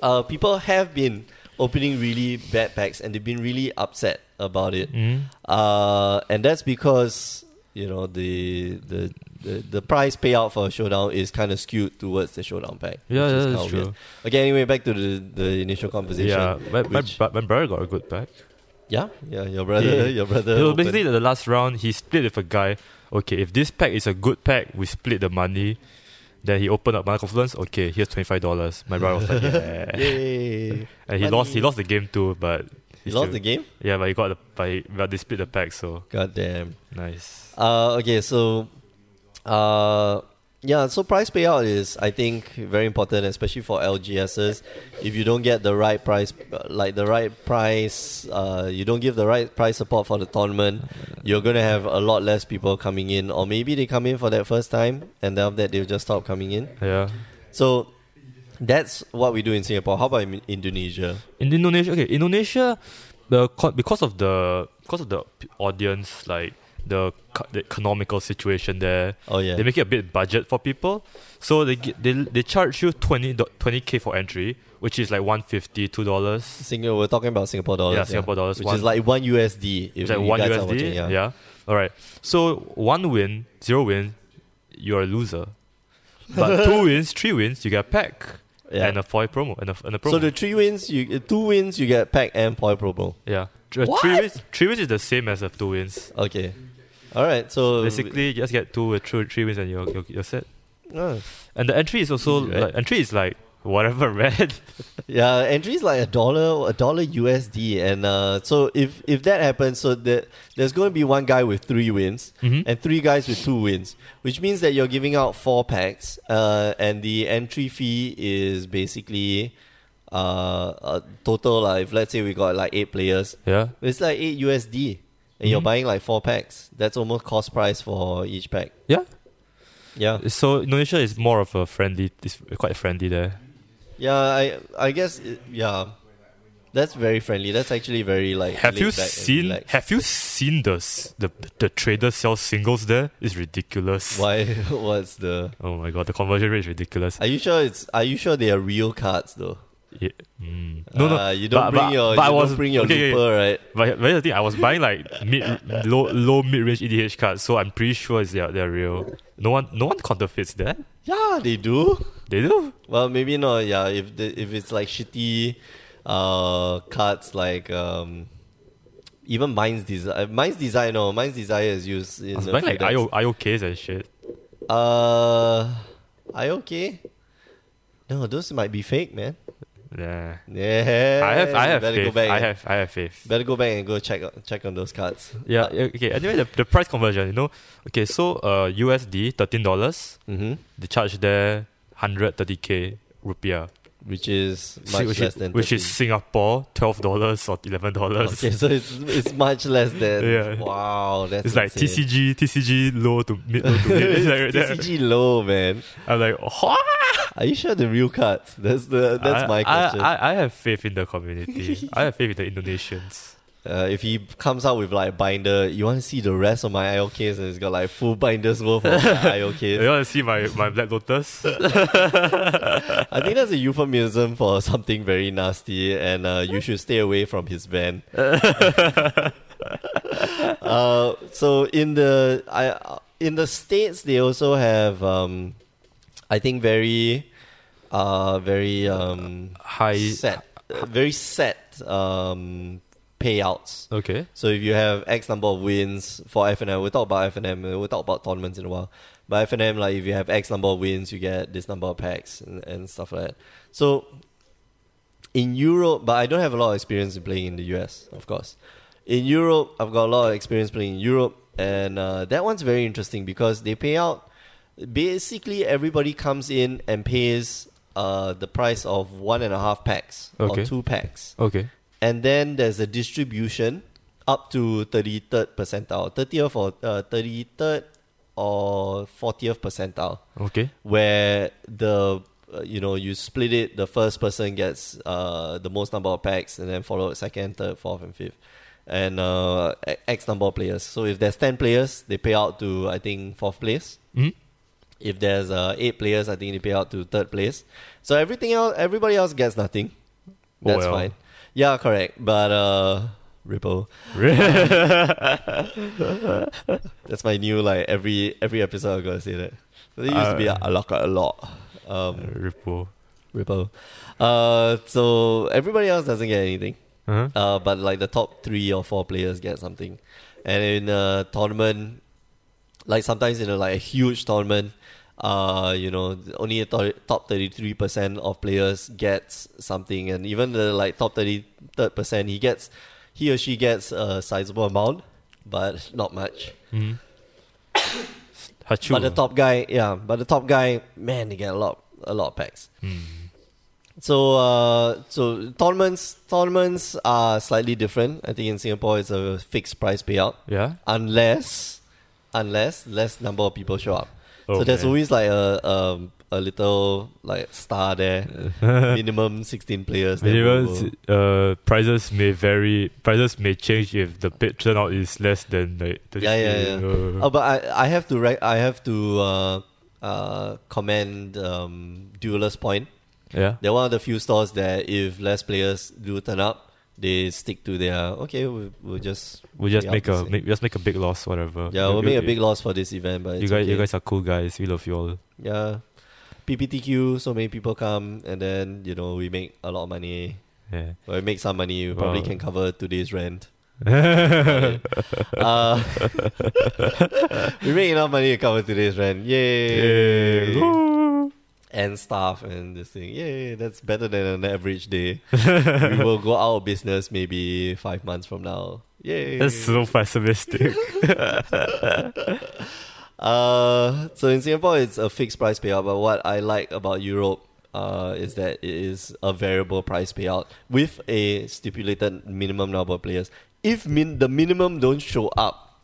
[SPEAKER 1] uh, people have been opening really bad packs, and they've been really upset about it.
[SPEAKER 2] Mm-hmm.
[SPEAKER 1] Uh, and that's because you know the the the, the price payout for a showdown is kind of skewed towards the showdown pack.
[SPEAKER 2] Yeah,
[SPEAKER 1] which is
[SPEAKER 2] yeah, that's
[SPEAKER 1] kinda weird.
[SPEAKER 2] true.
[SPEAKER 1] Okay, anyway, back to the, the initial conversation.
[SPEAKER 2] Yeah, my, my,
[SPEAKER 1] which-
[SPEAKER 2] bro- my brother got a good pack.
[SPEAKER 1] yeah, yeah, your brother,
[SPEAKER 2] Yeah.
[SPEAKER 1] your brother.
[SPEAKER 2] It was
[SPEAKER 1] opened-
[SPEAKER 2] basically the last round. He split with a guy. Okay, if this pack is a good pack, we split the money. Then he opened up my confluence. Okay, here's twenty five dollars. My brother was like, yeah,
[SPEAKER 1] Yay!
[SPEAKER 2] and he lost. He lost the game too, but
[SPEAKER 1] He lost the
[SPEAKER 2] still-
[SPEAKER 1] game.
[SPEAKER 2] Yeah, but he got the but, he, but they split the pack. So
[SPEAKER 1] God damn.
[SPEAKER 2] nice.
[SPEAKER 1] Uh, okay, so, uh, yeah, so price payout is, I think, very important, especially for LGSs. If you don't get the right price, uh, like the right price, uh, you don't give the right price support for the tournament, you're gonna have a lot less people coming in, or maybe they come in for that first time, and then after that they'll just stop coming in.
[SPEAKER 2] Yeah.
[SPEAKER 1] So, that's what we do in Singapore. How about in Indonesia?
[SPEAKER 2] In Indonesia, okay, Indonesia, the co- because of the because of the p- audience, like the, co- the economical situation there,
[SPEAKER 1] Oh yeah,
[SPEAKER 2] they make it a bit budget for people. So they gi- they they charge you 20 k for entry, which is like 150 two dollars.
[SPEAKER 1] Singapore. We're talking about Singapore dollars.
[SPEAKER 2] Yeah, Singapore dollars,
[SPEAKER 1] which
[SPEAKER 2] one-
[SPEAKER 1] is like one USD. If
[SPEAKER 2] It's like
[SPEAKER 1] you
[SPEAKER 2] one
[SPEAKER 1] guys are
[SPEAKER 2] USD.
[SPEAKER 1] watching,
[SPEAKER 2] yeah. All right. So one win, zero win, you're a loser. But two wins, three wins, you get a pack
[SPEAKER 1] Yeah.
[SPEAKER 2] and a foil promo and a, and a promo.
[SPEAKER 1] So the three wins, you uh, two wins, you get pack and poi pro bowl.
[SPEAKER 2] yeah. Thr-
[SPEAKER 1] What?
[SPEAKER 2] Three wins. Three wins is the same as the two wins.
[SPEAKER 1] Okay, all right. So
[SPEAKER 2] Basically, you just get two or three, three wins and you're, you're, you're set.
[SPEAKER 1] uh,
[SPEAKER 2] And the entry is also
[SPEAKER 1] Easy, right?
[SPEAKER 2] like entry is like whatever, man.
[SPEAKER 1] yeah, entries like a dollar, a dollar USD, and uh, so if if that happens, so that there's going to be one guy with three wins
[SPEAKER 2] Mhm.
[SPEAKER 1] and three guys with two wins, which means that you're giving out four packs, uh, and the entry fee is basically uh, a total like if let's say we got like eight players,
[SPEAKER 2] yeah.
[SPEAKER 1] it's like eight USD, and you're
[SPEAKER 2] Mhm.
[SPEAKER 1] buying like four packs. That's almost cost price for each pack.
[SPEAKER 2] Yeah.
[SPEAKER 1] Yeah.
[SPEAKER 2] So Indonesia is more of a friendly. It's quite friendly there.
[SPEAKER 1] Yeah, I I guess it, yeah. That's very friendly. That's actually very like.
[SPEAKER 2] Have you
[SPEAKER 1] laid back and
[SPEAKER 2] seen?
[SPEAKER 1] relaxed.
[SPEAKER 2] Have you seen the s- the the trader sell singles there? It's ridiculous.
[SPEAKER 1] Why? What's the?
[SPEAKER 2] Oh my god, the conversion rate is ridiculous.
[SPEAKER 1] Are you sure it's? Are you sure they are real cards though?
[SPEAKER 2] Yeah, mm. No,
[SPEAKER 1] Uh,
[SPEAKER 2] no,
[SPEAKER 1] you don't
[SPEAKER 2] but-
[SPEAKER 1] bring
[SPEAKER 2] but-
[SPEAKER 1] your.
[SPEAKER 2] but
[SPEAKER 1] you
[SPEAKER 2] I was-
[SPEAKER 1] don't bring your
[SPEAKER 2] okay, okay.
[SPEAKER 1] looper, right?
[SPEAKER 2] But, but here's the thing, I was buying like mid, low, low mid range EDH cards, so I'm pretty sure it's, they're they're real. No one, no one counterfeits that.
[SPEAKER 1] Yeah, they do.
[SPEAKER 2] They do.
[SPEAKER 1] Well, maybe not. Yeah, if the, if it's like shitty, uh, cards like um, even mine's desire. Mine's desire. No, mine's desire is used in.
[SPEAKER 2] I was
[SPEAKER 1] a
[SPEAKER 2] buying
[SPEAKER 1] few
[SPEAKER 2] like
[SPEAKER 1] decks.
[SPEAKER 2] IO, IOKs and shit.
[SPEAKER 1] Uh, I okay. No, those might be fake, man.
[SPEAKER 2] Yeah.
[SPEAKER 1] Yeah,
[SPEAKER 2] I have, I have
[SPEAKER 1] better go
[SPEAKER 2] faith.
[SPEAKER 1] back.
[SPEAKER 2] I
[SPEAKER 1] and-
[SPEAKER 2] have, I have faith.
[SPEAKER 1] better go back and go check on- check on those cards.
[SPEAKER 2] Yeah. Okay. Anyway, the, the price conversion, you know. Okay, so uh, USD thirteen dollars.
[SPEAKER 1] Mm-hmm.
[SPEAKER 2] They charge there hundred thirty k rupiah,
[SPEAKER 1] Which is much
[SPEAKER 2] which,
[SPEAKER 1] less
[SPEAKER 2] is,
[SPEAKER 1] than
[SPEAKER 2] which is Singapore twelve dollars or eleven dollars.
[SPEAKER 1] 13. okay. So it's it's much less than
[SPEAKER 2] Yeah.
[SPEAKER 1] wow. That's
[SPEAKER 2] It's like
[SPEAKER 1] insane.
[SPEAKER 2] TCG, TCG low to mid, low to mid. It's like right there.
[SPEAKER 1] TCG low, man.
[SPEAKER 2] I'm like, "Huh?"
[SPEAKER 1] Are you sure the real cards? That's the that's
[SPEAKER 2] I-
[SPEAKER 1] my question.
[SPEAKER 2] I, I, I have faith in the community. I have faith in the Indonesians.
[SPEAKER 1] uh, if he comes out with like a binder, you want to see the rest of my IOKs, and it's got like full binders worth of my IOKs.
[SPEAKER 2] You want to see my, my Black Lotus?
[SPEAKER 1] I think that's a euphemism for something very nasty, and uh, you should stay away from his van. uh, so in the I in the states, they also have, um, I think, very, uh, very um,
[SPEAKER 2] High.
[SPEAKER 1] set, very set um, payouts.
[SPEAKER 2] Okay.
[SPEAKER 1] So if you have X number of wins for FNM, we'll talk about FNM, we'll talk about tournaments in a while. But FNM, like if you have X number of wins, you get this number of packs and, and stuff like that. So in Europe, but I don't have a lot of experience in playing in the US, of course. In Europe, I've got a lot of experience playing in Europe, and uh, that one's very interesting because they pay out basically everybody comes in and pays uh, the price of one and a half packs
[SPEAKER 2] Okay.
[SPEAKER 1] or two packs
[SPEAKER 2] Okay.
[SPEAKER 1] and then there's a distribution up to 33rd percentile 30th or uh, 33rd or 40th percentile
[SPEAKER 2] Okay.
[SPEAKER 1] where the uh, you know you split it the first person gets uh, the most number of packs and then follow second third fourth and fifth and uh, a- X number of players. So if there's 10 players, they pay out to, I think, fourth place.
[SPEAKER 2] Hmm?
[SPEAKER 1] If there's uh, eight players, I think they pay out to third place. So everything else, everybody else gets nothing. That's
[SPEAKER 2] well.
[SPEAKER 1] fine. Yeah, correct. But uh, Ripple, that's my new like every every episode. I gotta say that. It used to be
[SPEAKER 2] Uh,
[SPEAKER 1] a, a lot, a lot. Um,
[SPEAKER 2] Ripple.
[SPEAKER 1] Ripple. Uh, so everybody else doesn't get anything.
[SPEAKER 2] Uh-huh.
[SPEAKER 1] Uh, but like the top three or four players get something, and in a tournament, like sometimes in a like a huge tournament, uh, you know, only a to- top thirty three percent of players gets something, and even the like top thirty third percent, he gets, he or she gets a sizable amount, but not much.
[SPEAKER 2] Mm.
[SPEAKER 1] But the top guy, yeah, but the top guy, man, they get a lot, a lot of packs. So, uh, so tournaments, tournaments are slightly different. I think in Singapore it's a fixed price payout,
[SPEAKER 2] Yeah.
[SPEAKER 1] unless, unless less number of people show up. so there's
[SPEAKER 2] Okay.
[SPEAKER 1] always like a um, a little like star there, minimum sixteen players. that
[SPEAKER 2] Minimum
[SPEAKER 1] will-
[SPEAKER 2] s- uh, prices may vary. Prices may change if the bid turnout is less than like.
[SPEAKER 1] Yeah, yeah, yeah.
[SPEAKER 2] Uh,
[SPEAKER 1] Oh, but I, I have to rec- I have to uh, uh, commend um, Duelist Point.
[SPEAKER 2] yeah.
[SPEAKER 1] They're one of the few stores that if less players do turn up, they stick to their okay. We'll, we'll just
[SPEAKER 2] We'll just
[SPEAKER 1] pay
[SPEAKER 2] make
[SPEAKER 1] out
[SPEAKER 2] a
[SPEAKER 1] the
[SPEAKER 2] make, just make a big loss, whatever.
[SPEAKER 1] same. yeah.
[SPEAKER 2] You-
[SPEAKER 1] We'll
[SPEAKER 2] you-
[SPEAKER 1] make a big loss for this event, but
[SPEAKER 2] You
[SPEAKER 1] it's
[SPEAKER 2] guys,
[SPEAKER 1] okay.
[SPEAKER 2] you guys are cool guys. We love you all.
[SPEAKER 1] yeah. PPTQ, so many people come, and then you know we make a lot of money.
[SPEAKER 2] Yeah.
[SPEAKER 1] Well, we make some money. We probably
[SPEAKER 2] Wow.
[SPEAKER 1] can cover today's rent.
[SPEAKER 2] yeah.
[SPEAKER 1] Uh, we make enough money to cover today's rent. Yay!
[SPEAKER 2] Woo.
[SPEAKER 1] and stuff and this thing. Yeah, that's better than an average day. we will go out of business maybe five months from now. Yeah.
[SPEAKER 2] That's so pessimistic.
[SPEAKER 1] uh, so in Singapore, it's a fixed price payout. But what I like about Europe uh, is that it is a variable price payout with a stipulated minimum number of players. If min- the minimum don't show up,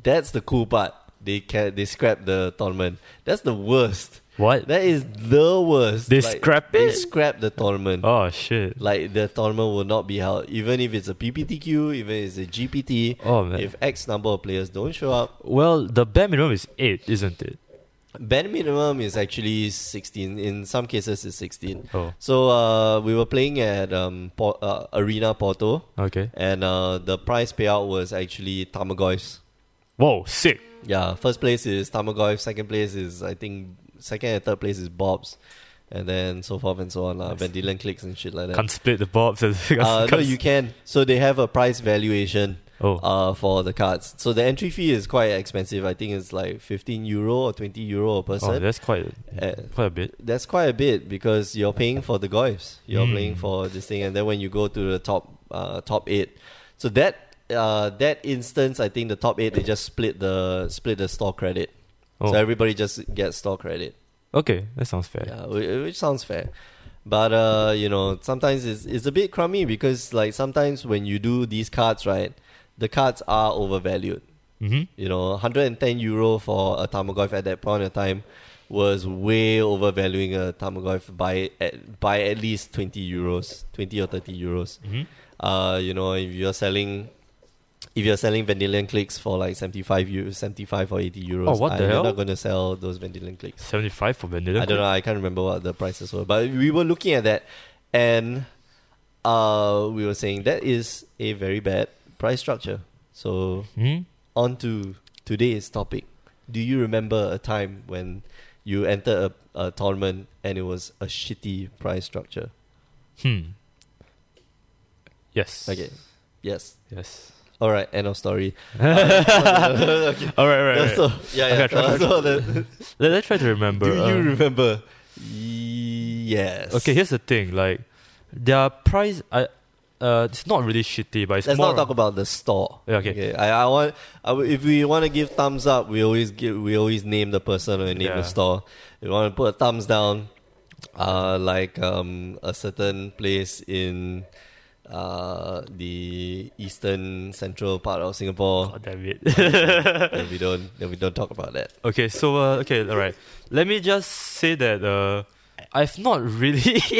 [SPEAKER 1] that's the cool part. They can they scrap the tournament. That's the worst.
[SPEAKER 2] what?
[SPEAKER 1] That is the worst.
[SPEAKER 2] They scrap
[SPEAKER 1] They
[SPEAKER 2] it?
[SPEAKER 1] scrap the tournament.
[SPEAKER 2] Oh shit.
[SPEAKER 1] Like the tournament will not be held, even if it's a PPTQ, even if it's a GPT.
[SPEAKER 2] Oh man.
[SPEAKER 1] If X number of players don't show up,
[SPEAKER 2] well, the bare minimum is eight, isn't it?
[SPEAKER 1] ban minimum is actually sixteen. In some cases, it's sixteen.
[SPEAKER 2] Oh.
[SPEAKER 1] So uh, we were playing at um, Por- uh, Arena Porto,
[SPEAKER 2] Okay.
[SPEAKER 1] and uh, the prize payout was actually Tamagoyf's.
[SPEAKER 2] Whoa, sick.
[SPEAKER 1] Yeah, first place is Tamagoyf, second place is I think second and third place is Bob's, and then so forth and so on. Uh, Van Dylan clicks and shit like that.
[SPEAKER 2] Can't split the bobs. and-
[SPEAKER 1] Uh, no,
[SPEAKER 2] can't-
[SPEAKER 1] you can. So they have a price valuation
[SPEAKER 2] Oh.
[SPEAKER 1] uh, for the cards. So the entry fee is quite expensive. I think it's like 15 euro or 20 euro a
[SPEAKER 2] oh,
[SPEAKER 1] person.
[SPEAKER 2] that's quite
[SPEAKER 1] Uh,
[SPEAKER 2] quite a bit.
[SPEAKER 1] that's quite a bit because you're paying for the goifs. You're
[SPEAKER 2] Mm.
[SPEAKER 1] paying for this thing, and then when you go to the top uh, top eight, so that uh, that instance, I think the top eight they just split the split the store credit.
[SPEAKER 2] Oh.
[SPEAKER 1] So everybody just gets store credit.
[SPEAKER 2] Okay, that sounds fair.
[SPEAKER 1] Yeah, whi- which sounds fair. But uh, you know, sometimes it's it's a bit crummy because like sometimes when you do these cards, right, the cards are overvalued.
[SPEAKER 2] Mm-hmm.
[SPEAKER 1] You know, 110 euro for a Tamagoyf at that point of time was way overvaluing a Tamagoyf by at, by at least 20 euros, 20 or 30 euros.
[SPEAKER 2] Mhm.
[SPEAKER 1] Uh, you know, if you're selling if you're selling Vendilion clicks for like 75 eu- 75 or 80 euros,
[SPEAKER 2] Oh, what the
[SPEAKER 1] I'm
[SPEAKER 2] hell?
[SPEAKER 1] not going to sell those Vendilion clicks.
[SPEAKER 2] Seventy-five for vanilla.
[SPEAKER 1] I don't know. I can't remember what the prices were, but we were looking at that, and uh, we were saying that is a very bad price structure. So
[SPEAKER 2] Hmm?
[SPEAKER 1] on to today's topic. Do you remember a time when you entered a, a tournament and it was a shitty price structure?
[SPEAKER 2] Hmm. Yes.
[SPEAKER 1] Okay. Yes.
[SPEAKER 2] Yes.
[SPEAKER 1] All right. End of story.
[SPEAKER 2] all right,
[SPEAKER 1] okay.
[SPEAKER 2] all right. right.
[SPEAKER 1] So, yeah, yeah.
[SPEAKER 2] Okay, try-
[SPEAKER 1] So the-
[SPEAKER 2] Let, us try to remember.
[SPEAKER 1] do
[SPEAKER 2] uh,
[SPEAKER 1] you remember? Yes.
[SPEAKER 2] Okay, here's the thing. Like, their price, I, uh, it's not really shitty, but it's
[SPEAKER 1] Let's
[SPEAKER 2] more.
[SPEAKER 1] not talk about the store.
[SPEAKER 2] Yeah, okay.
[SPEAKER 1] I, I want I, w- if we want to give thumbs up, we always give we always name the person or name
[SPEAKER 2] Yeah.
[SPEAKER 1] the store. If we want to put a thumbs down, uh, like um, a certain place in uh, the eastern central part of Singapore,
[SPEAKER 2] God Oh, damn it.
[SPEAKER 1] then we don't then we don't talk about that.
[SPEAKER 2] okay, so uh, okay, all right. Let me just say that uh, I've not really,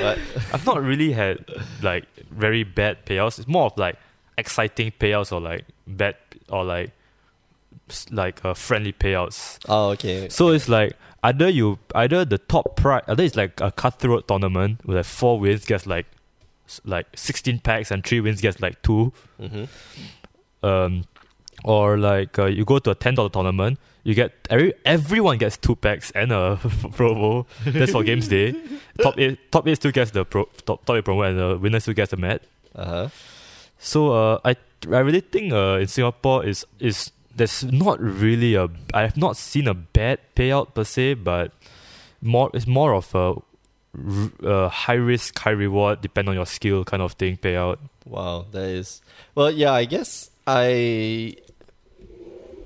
[SPEAKER 1] But
[SPEAKER 2] I've not really had like very bad payouts. It's more of like exciting payouts or like bad or like s- like uh, friendly payouts.
[SPEAKER 1] Oh, okay.
[SPEAKER 2] So it's like either you either the top prize either it's like a cutthroat tournament with like four wins gets like s- like sixteen packs and three wins gets like two.
[SPEAKER 1] Mm-hmm.
[SPEAKER 2] Um, or like uh, you go to a ten dollar tournament, you get every everyone gets two packs and a promo. That's for games day. Top eight top eight still gets the pro, top top eight promo and the winner still gets the mat.
[SPEAKER 1] Uh huh.
[SPEAKER 2] So uh, I I really think uh, in Singapore is is there's not really a I have not seen a bad payout per se, but more it's more of a, r- uh high risk high reward depend on your skill kind of thing payout.
[SPEAKER 1] Wow, that is. Well, yeah, I guess I.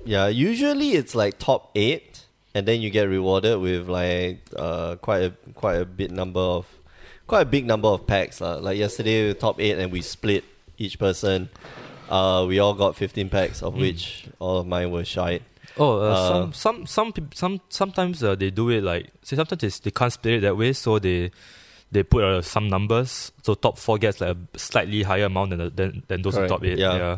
[SPEAKER 1] Yeah, usually it's like top eight, and then you get rewarded with like uh quite a quite a big number of quite a big number of packs. lah. Like yesterday, we top eight, and we split each person. Uh, we all got fifteen packs, of which all of mine were shy.
[SPEAKER 2] Oh, uh,
[SPEAKER 1] Uh,
[SPEAKER 2] some some some peop- some sometimes uh, they do it like say sometimes they, s- they can't split it that way, so they they put uh, some numbers. So top four gets like a slightly higher amount than the, than, than those in
[SPEAKER 1] Correct,
[SPEAKER 2] top eight.
[SPEAKER 1] yeah.
[SPEAKER 2] yeah.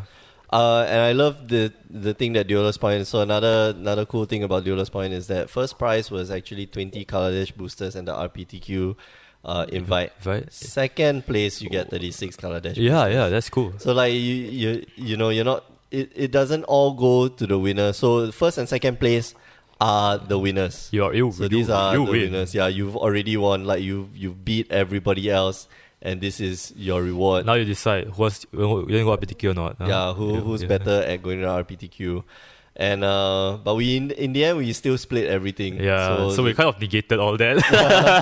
[SPEAKER 1] Uh, and I love the the thing that Duelist Point. So another another cool thing about Duelist Point is that first prize was actually twenty Kaladesh boosters and the RPTQ uh, invite.
[SPEAKER 2] Right.
[SPEAKER 1] Second place, you get thirty six Kaladesh.
[SPEAKER 2] Oh. Yeah, yeah, that's cool.
[SPEAKER 1] So like you you you know you're not it, it doesn't all go to the winner. So first and second place are the winners.
[SPEAKER 2] You are you.
[SPEAKER 1] So
[SPEAKER 2] you,
[SPEAKER 1] these are
[SPEAKER 2] you
[SPEAKER 1] the
[SPEAKER 2] win.
[SPEAKER 1] winners. Yeah, you've already won. Like you you beat everybody else, and this is your reward.
[SPEAKER 2] Now you decide who's you want to go RPTQ or not. huh?
[SPEAKER 1] yeah, who who's
[SPEAKER 2] Uh-huh. yeah.
[SPEAKER 1] better at going to RPTQ, and uh, but we in, in the end we still split everything.
[SPEAKER 2] Yeah, so, we
[SPEAKER 1] the-
[SPEAKER 2] kind of negated all that.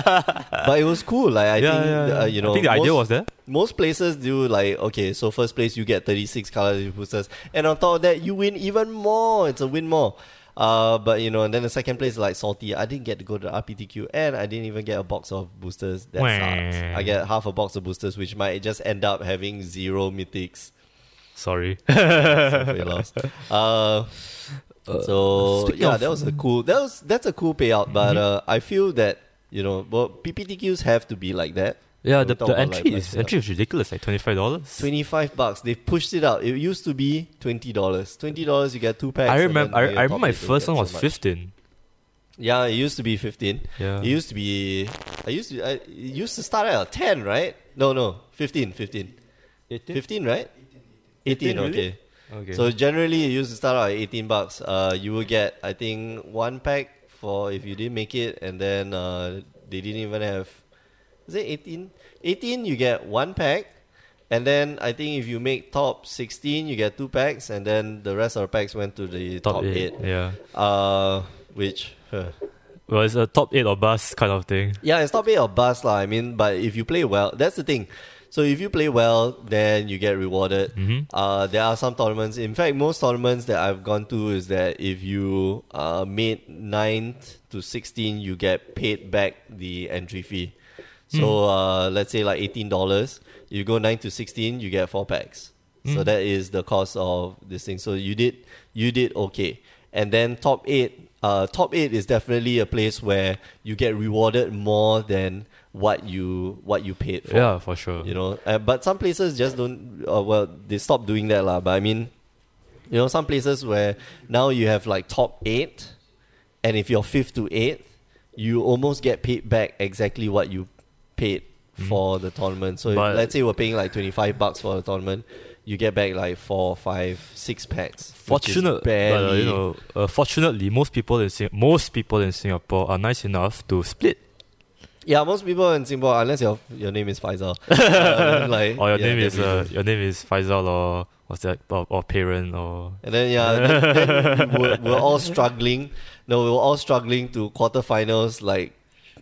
[SPEAKER 1] but it was cool. Like I
[SPEAKER 2] yeah,
[SPEAKER 1] think
[SPEAKER 2] yeah, yeah.
[SPEAKER 1] Uh, you know,
[SPEAKER 2] I think the idea
[SPEAKER 1] most-
[SPEAKER 2] was there.
[SPEAKER 1] most places do like okay, so first place you get thirty six color boosters, and on top of that you win even more. It's a win more. Uh, but you know, and then the second place is like salty. I didn't get to go to the RPTQ, and I didn't even get a box of boosters. That
[SPEAKER 2] Wah.
[SPEAKER 1] sucks. I get half a box of boosters, which might just end up having zero mythics.
[SPEAKER 2] Sorry.
[SPEAKER 1] Except for your loss. Uh, so
[SPEAKER 2] Uh, speaking
[SPEAKER 1] yeah,
[SPEAKER 2] of- Mm-hmm.
[SPEAKER 1] that was a cool. That was that's a cool payout, but uh, I feel that you know, well, PPTQs have to be like that.
[SPEAKER 2] yeah,
[SPEAKER 1] We'll
[SPEAKER 2] the,
[SPEAKER 1] talk
[SPEAKER 2] the
[SPEAKER 1] about, like,
[SPEAKER 2] entry
[SPEAKER 1] Black
[SPEAKER 2] is
[SPEAKER 1] Sabbath.
[SPEAKER 2] entry is ridiculous, like twenty five dollars.
[SPEAKER 1] Twenty five bucks. They pushed it out. It used to be twenty dollars. Twenty dollars, you get two packs.
[SPEAKER 2] I
[SPEAKER 1] and
[SPEAKER 2] remember. I,
[SPEAKER 1] then
[SPEAKER 2] I
[SPEAKER 1] they
[SPEAKER 2] remember
[SPEAKER 1] top
[SPEAKER 2] my
[SPEAKER 1] it to
[SPEAKER 2] first
[SPEAKER 1] get
[SPEAKER 2] one
[SPEAKER 1] so
[SPEAKER 2] was
[SPEAKER 1] much.
[SPEAKER 2] fifteen.
[SPEAKER 1] Yeah, it used to be fifteen.
[SPEAKER 2] Yeah.
[SPEAKER 1] It used to be. I used to. I it used to start at ten, right? No, no, 15, 15. 15, right? Eighteen.
[SPEAKER 2] really?
[SPEAKER 1] okay.
[SPEAKER 2] Okay.
[SPEAKER 1] So generally, you used to start out at eighteen bucks. Uh, you will get I think one pack for if you didn't make it, and then uh, they didn't even have. Is it eighteen? Eighteen, you get one pack, and then I think if you make top sixteen, you get two packs, and then the rest of the packs went to the top, eight.
[SPEAKER 2] Yeah.
[SPEAKER 1] Uh, which. huh.
[SPEAKER 2] Well, it's a top eight or bust kind of thing.
[SPEAKER 1] Yeah, it's not pay or bust lah. I mean, but if you play well, that's the thing. So if you play well, then you get rewarded. Uh, there are some tournaments. In fact, most tournaments that I've gone to is that if you uh, made 9th to 16, you get paid back the entry fee. So uh, let's say like $18. You go 9 to 16, you get 4 packs. So that is the cost of this thing. So you did you did okay. And then top eight, uh, top eight is definitely a place where you get rewarded more than what you what you paid for.
[SPEAKER 2] Yeah, for sure.
[SPEAKER 1] You know, uh, but some places just don't. Uh, well, they stop doing that lah. But I mean, you know, some places where now you have like top eight, and if you're fifth to eighth, you almost get paid back exactly what you paid for the tournament. So if-
[SPEAKER 2] Hmm. But-
[SPEAKER 1] let's say we're paying like twenty five bucks for the tournament, you get back like four, five, six packs. which is
[SPEAKER 2] Fortunate,
[SPEAKER 1] barely,
[SPEAKER 2] uh, you know, uh, fortunately, most people in Sing- most people in Singapore are nice enough to split
[SPEAKER 1] yeah, most people in Singapore, unless your your name is Faisal, uh, like
[SPEAKER 2] or your
[SPEAKER 1] yeah,
[SPEAKER 2] name
[SPEAKER 1] that
[SPEAKER 2] is
[SPEAKER 1] we do.
[SPEAKER 2] uh, your name is Faisal or what's that or, or parent or
[SPEAKER 1] And then yeah, then, then we're, we're all struggling. No, we were all struggling to quarterfinals, like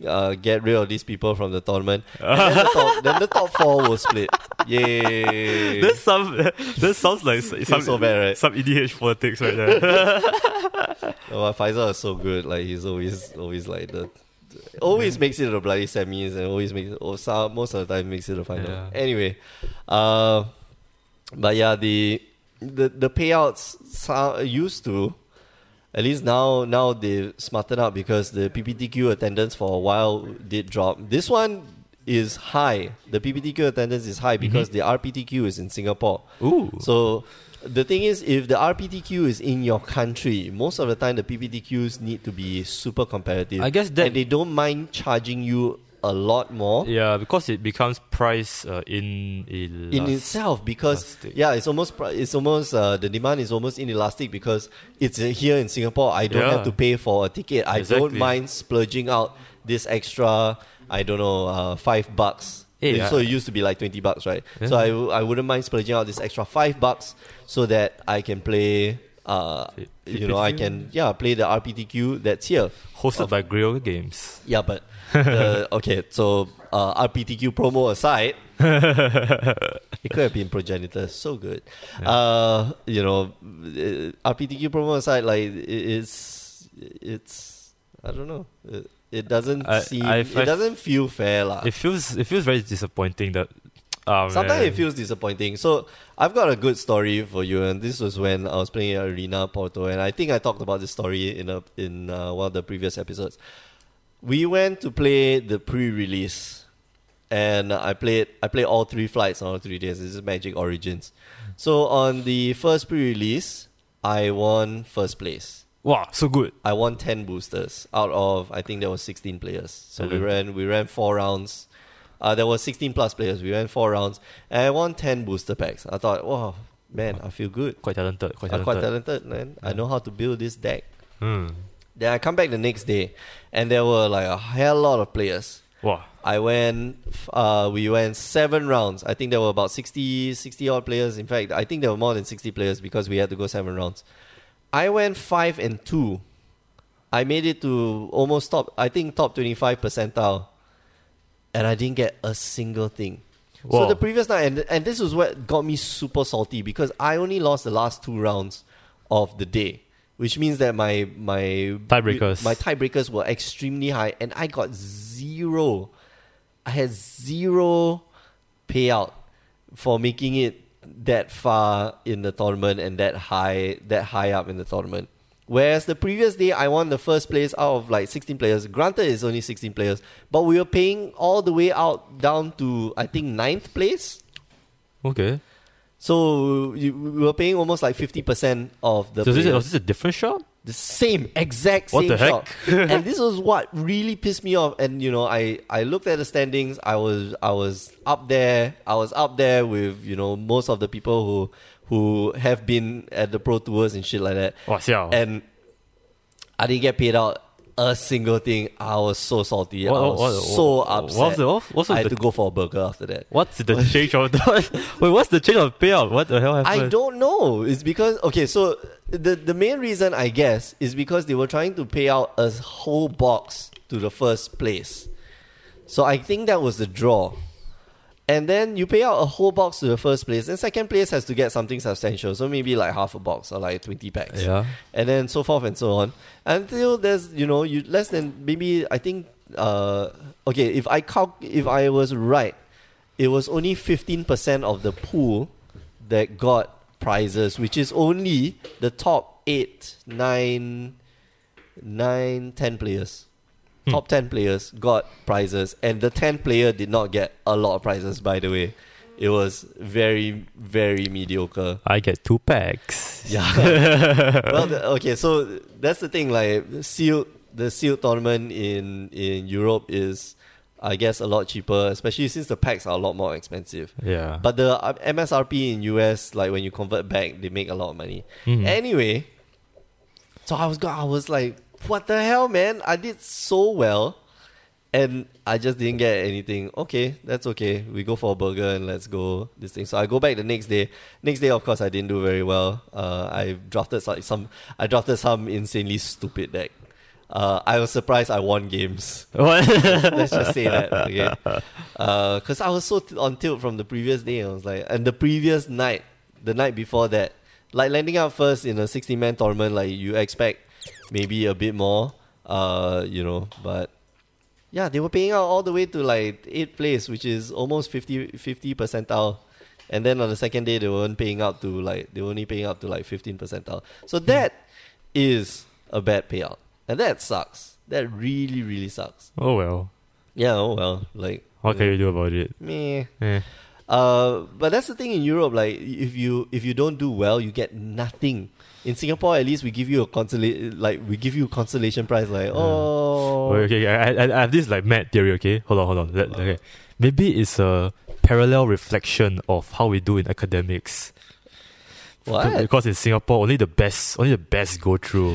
[SPEAKER 1] uh, get rid of these people from the tournament. And then, the top, then the top four will split. Yay!
[SPEAKER 2] this some this sounds like s- some
[SPEAKER 1] so bad, right?
[SPEAKER 2] some EDH politics right there.
[SPEAKER 1] Oh, but Faisal is so good. Like he's always always like the. Always makes it to the bloody semis and always makes it, or some, most of the time makes it to the final.
[SPEAKER 2] Yeah.
[SPEAKER 1] Anyway, uh, but yeah, the the the payouts so- used to, at least now now they smarten up because the PPTQ attendance for a while did drop. This one is high. The PPTQ attendance is high because the RPTQ is in Singapore.
[SPEAKER 2] Mm-hmm. Ooh.
[SPEAKER 1] So the thing is, if the RPTQ is in your country, most of the time the PPTQs need to be super competitive.
[SPEAKER 2] I guess that-
[SPEAKER 1] and they don't mind charging you a lot more.
[SPEAKER 2] yeah, because it becomes price uh, in uh,
[SPEAKER 1] in itself because
[SPEAKER 2] elastic.
[SPEAKER 1] yeah it's almost pri- it's almost uh, the demand is almost inelastic because it's uh, here in Singapore I don't have
[SPEAKER 2] Yeah.
[SPEAKER 1] to pay for a ticket I don't
[SPEAKER 2] Exactly.
[SPEAKER 1] mind splurging out this extra I don't know uh, five bucks
[SPEAKER 2] Eh,
[SPEAKER 1] so
[SPEAKER 2] I-
[SPEAKER 1] it used to be like 20 bucks right so
[SPEAKER 2] Yeah.
[SPEAKER 1] I, w- I wouldn't mind splurging out this extra five bucks so that I can play uh,
[SPEAKER 2] P-
[SPEAKER 1] you know I
[SPEAKER 2] PPTQ?
[SPEAKER 1] can yeah play the RPTQ that's here
[SPEAKER 2] hosted by Grill Games.
[SPEAKER 1] yeah but uh, okay so uh, RPTQ promo aside it could have been progenitor so good uh you know uh, rptq promo aside like i- it's it's i don't know it, it doesn't
[SPEAKER 2] I-
[SPEAKER 1] seem
[SPEAKER 2] I-
[SPEAKER 1] it
[SPEAKER 2] I-
[SPEAKER 1] doesn't feel fair lah.
[SPEAKER 2] It feels it feels very disappointing that. ah,
[SPEAKER 1] sometimes
[SPEAKER 2] man.
[SPEAKER 1] it feels disappointing so i've got a good story for you and this was when i was playing at arena porto and i think i talked about this story in a in uh, one of the previous episodes we went to play the pre-release and i played i played all three flights on all three days this is magic origins so on the first pre-release i won first place
[SPEAKER 2] wow so good.
[SPEAKER 1] i won 10 boosters out of i think there was 16 players so we
[SPEAKER 2] Hello.
[SPEAKER 1] ran we ran four rounds uh, there was 16 plus players we ran four rounds and i won 10 booster packs i thought wow man i feel good
[SPEAKER 2] Quite talented. Quite
[SPEAKER 1] i'm
[SPEAKER 2] talented.
[SPEAKER 1] Ah, quite talented man i know how to build this deck
[SPEAKER 2] Hmm.
[SPEAKER 1] then i come back the next day and there were like a hell lot of players
[SPEAKER 2] Wow.
[SPEAKER 1] I went, f- uh, we went seven rounds. I think there were about 60, 60 odd players. In fact, I think there were more than 60 players because we had to go seven rounds. I went five and two. I made it to almost top, I think top 25 percentile. And I didn't get a single thing. So
[SPEAKER 2] Wow.
[SPEAKER 1] the previous night, and, and this was what got me super salty because I only lost the last two rounds of the day. Which means that my my
[SPEAKER 2] Tiebreakers.
[SPEAKER 1] my tiebreakers were extremely high, and I got zero. I had zero payout for making it that far in the tournament and that high that high up in the tournament. Whereas the previous day I won the first place out of like 16 players. Granted it's only 16 players, but we were paying all the way out down to I think ninth place.
[SPEAKER 2] Okay.
[SPEAKER 1] So you, we were paying almost like 50% of the
[SPEAKER 2] so this,
[SPEAKER 1] players.
[SPEAKER 2] was this a different shop?
[SPEAKER 1] The same exact
[SPEAKER 2] What
[SPEAKER 1] same
[SPEAKER 2] the
[SPEAKER 1] shot.
[SPEAKER 2] heck?
[SPEAKER 1] and this was what really pissed me off. And you know, I I looked at the standings. I was I was up there. I was up there with you know most of the people who who have been at the pro tours and shit like that.
[SPEAKER 2] Wow, siao.
[SPEAKER 1] And I didn't get paid out a single thing. I was so salty.
[SPEAKER 2] What-
[SPEAKER 1] I was
[SPEAKER 2] what- what-
[SPEAKER 1] so
[SPEAKER 2] what-
[SPEAKER 1] upset.
[SPEAKER 2] what's the- what's- what's
[SPEAKER 1] I had
[SPEAKER 2] the-
[SPEAKER 1] to go for a burger after that.
[SPEAKER 2] What's the change of the Wait, what's the change of payout? What the hell happened?
[SPEAKER 1] I don't know. It's because okay, so the the main reason I guess is because they were trying to pay out a whole box to the first place. So I think that was the draw. And then you pay out a whole box to the first place, and second place has to get something substantial. So maybe like half a box or like twenty packs.
[SPEAKER 2] Yeah.
[SPEAKER 1] And then so forth and so on. Until there's you know, you less than maybe I think uh okay, if I calc- if I was right, it was only fifteen percent of the pool that got prizes, which is only the top eight, nine, nine, ten players. Top ten players got prizes, and the ten player did not get a lot of prizes. By the way, it was very, very mediocre.
[SPEAKER 2] I get two packs.
[SPEAKER 1] Yeah. well, the, okay. So that's the thing. Like sealed, the sealed tournament in in Europe is, I guess, a lot cheaper, especially since the packs are a lot more expensive.
[SPEAKER 2] Yeah.
[SPEAKER 1] But the uh, MSRP in US, like when you convert back, they make a lot of money.
[SPEAKER 2] Mhm.
[SPEAKER 1] Anyway, so I was go- I was like, what the hell, man? I did so well, and I just didn't get anything. Okay, that's okay. We go for a burger and let's go this thing. So I go back the next day. Next day, of course, I didn't do very well. Uh, I drafted so- some. I drafted some insanely stupid deck. Uh, I was surprised I won games.
[SPEAKER 2] What?
[SPEAKER 1] Let's just say that, okay? Because I was so t- on tilt from the previous day. I was like, and the previous night, the night before that, like landing up first in a 60 man tournament, like you expect maybe a bit more, uh, you know, but. Yeah, they were paying out all the way to like eighth place, which is almost 50, 50 percentile. And then on the second day, they weren't paying out to like, they were only paying out to like 15 percentile. So that is a bad payout. And that sucks. That really, really sucks.
[SPEAKER 2] oh well.
[SPEAKER 1] Yeah, oh well. Like
[SPEAKER 2] What can you do about it?
[SPEAKER 1] Meh.
[SPEAKER 2] Eh.
[SPEAKER 1] Uh, but that's the thing in Europe. Like, if you if you don't do well, you get nothing. In Singapore, at least we give you a consolation. Like, we give you consolation prize. Like, oh,
[SPEAKER 2] Okay, okay, I, I, I have this like mad theory. Okay, hold on, hold on. Let- okay, maybe it's a parallel reflection of how we do in academics.
[SPEAKER 1] What?
[SPEAKER 2] Because in Singapore, only the best, only the best go through.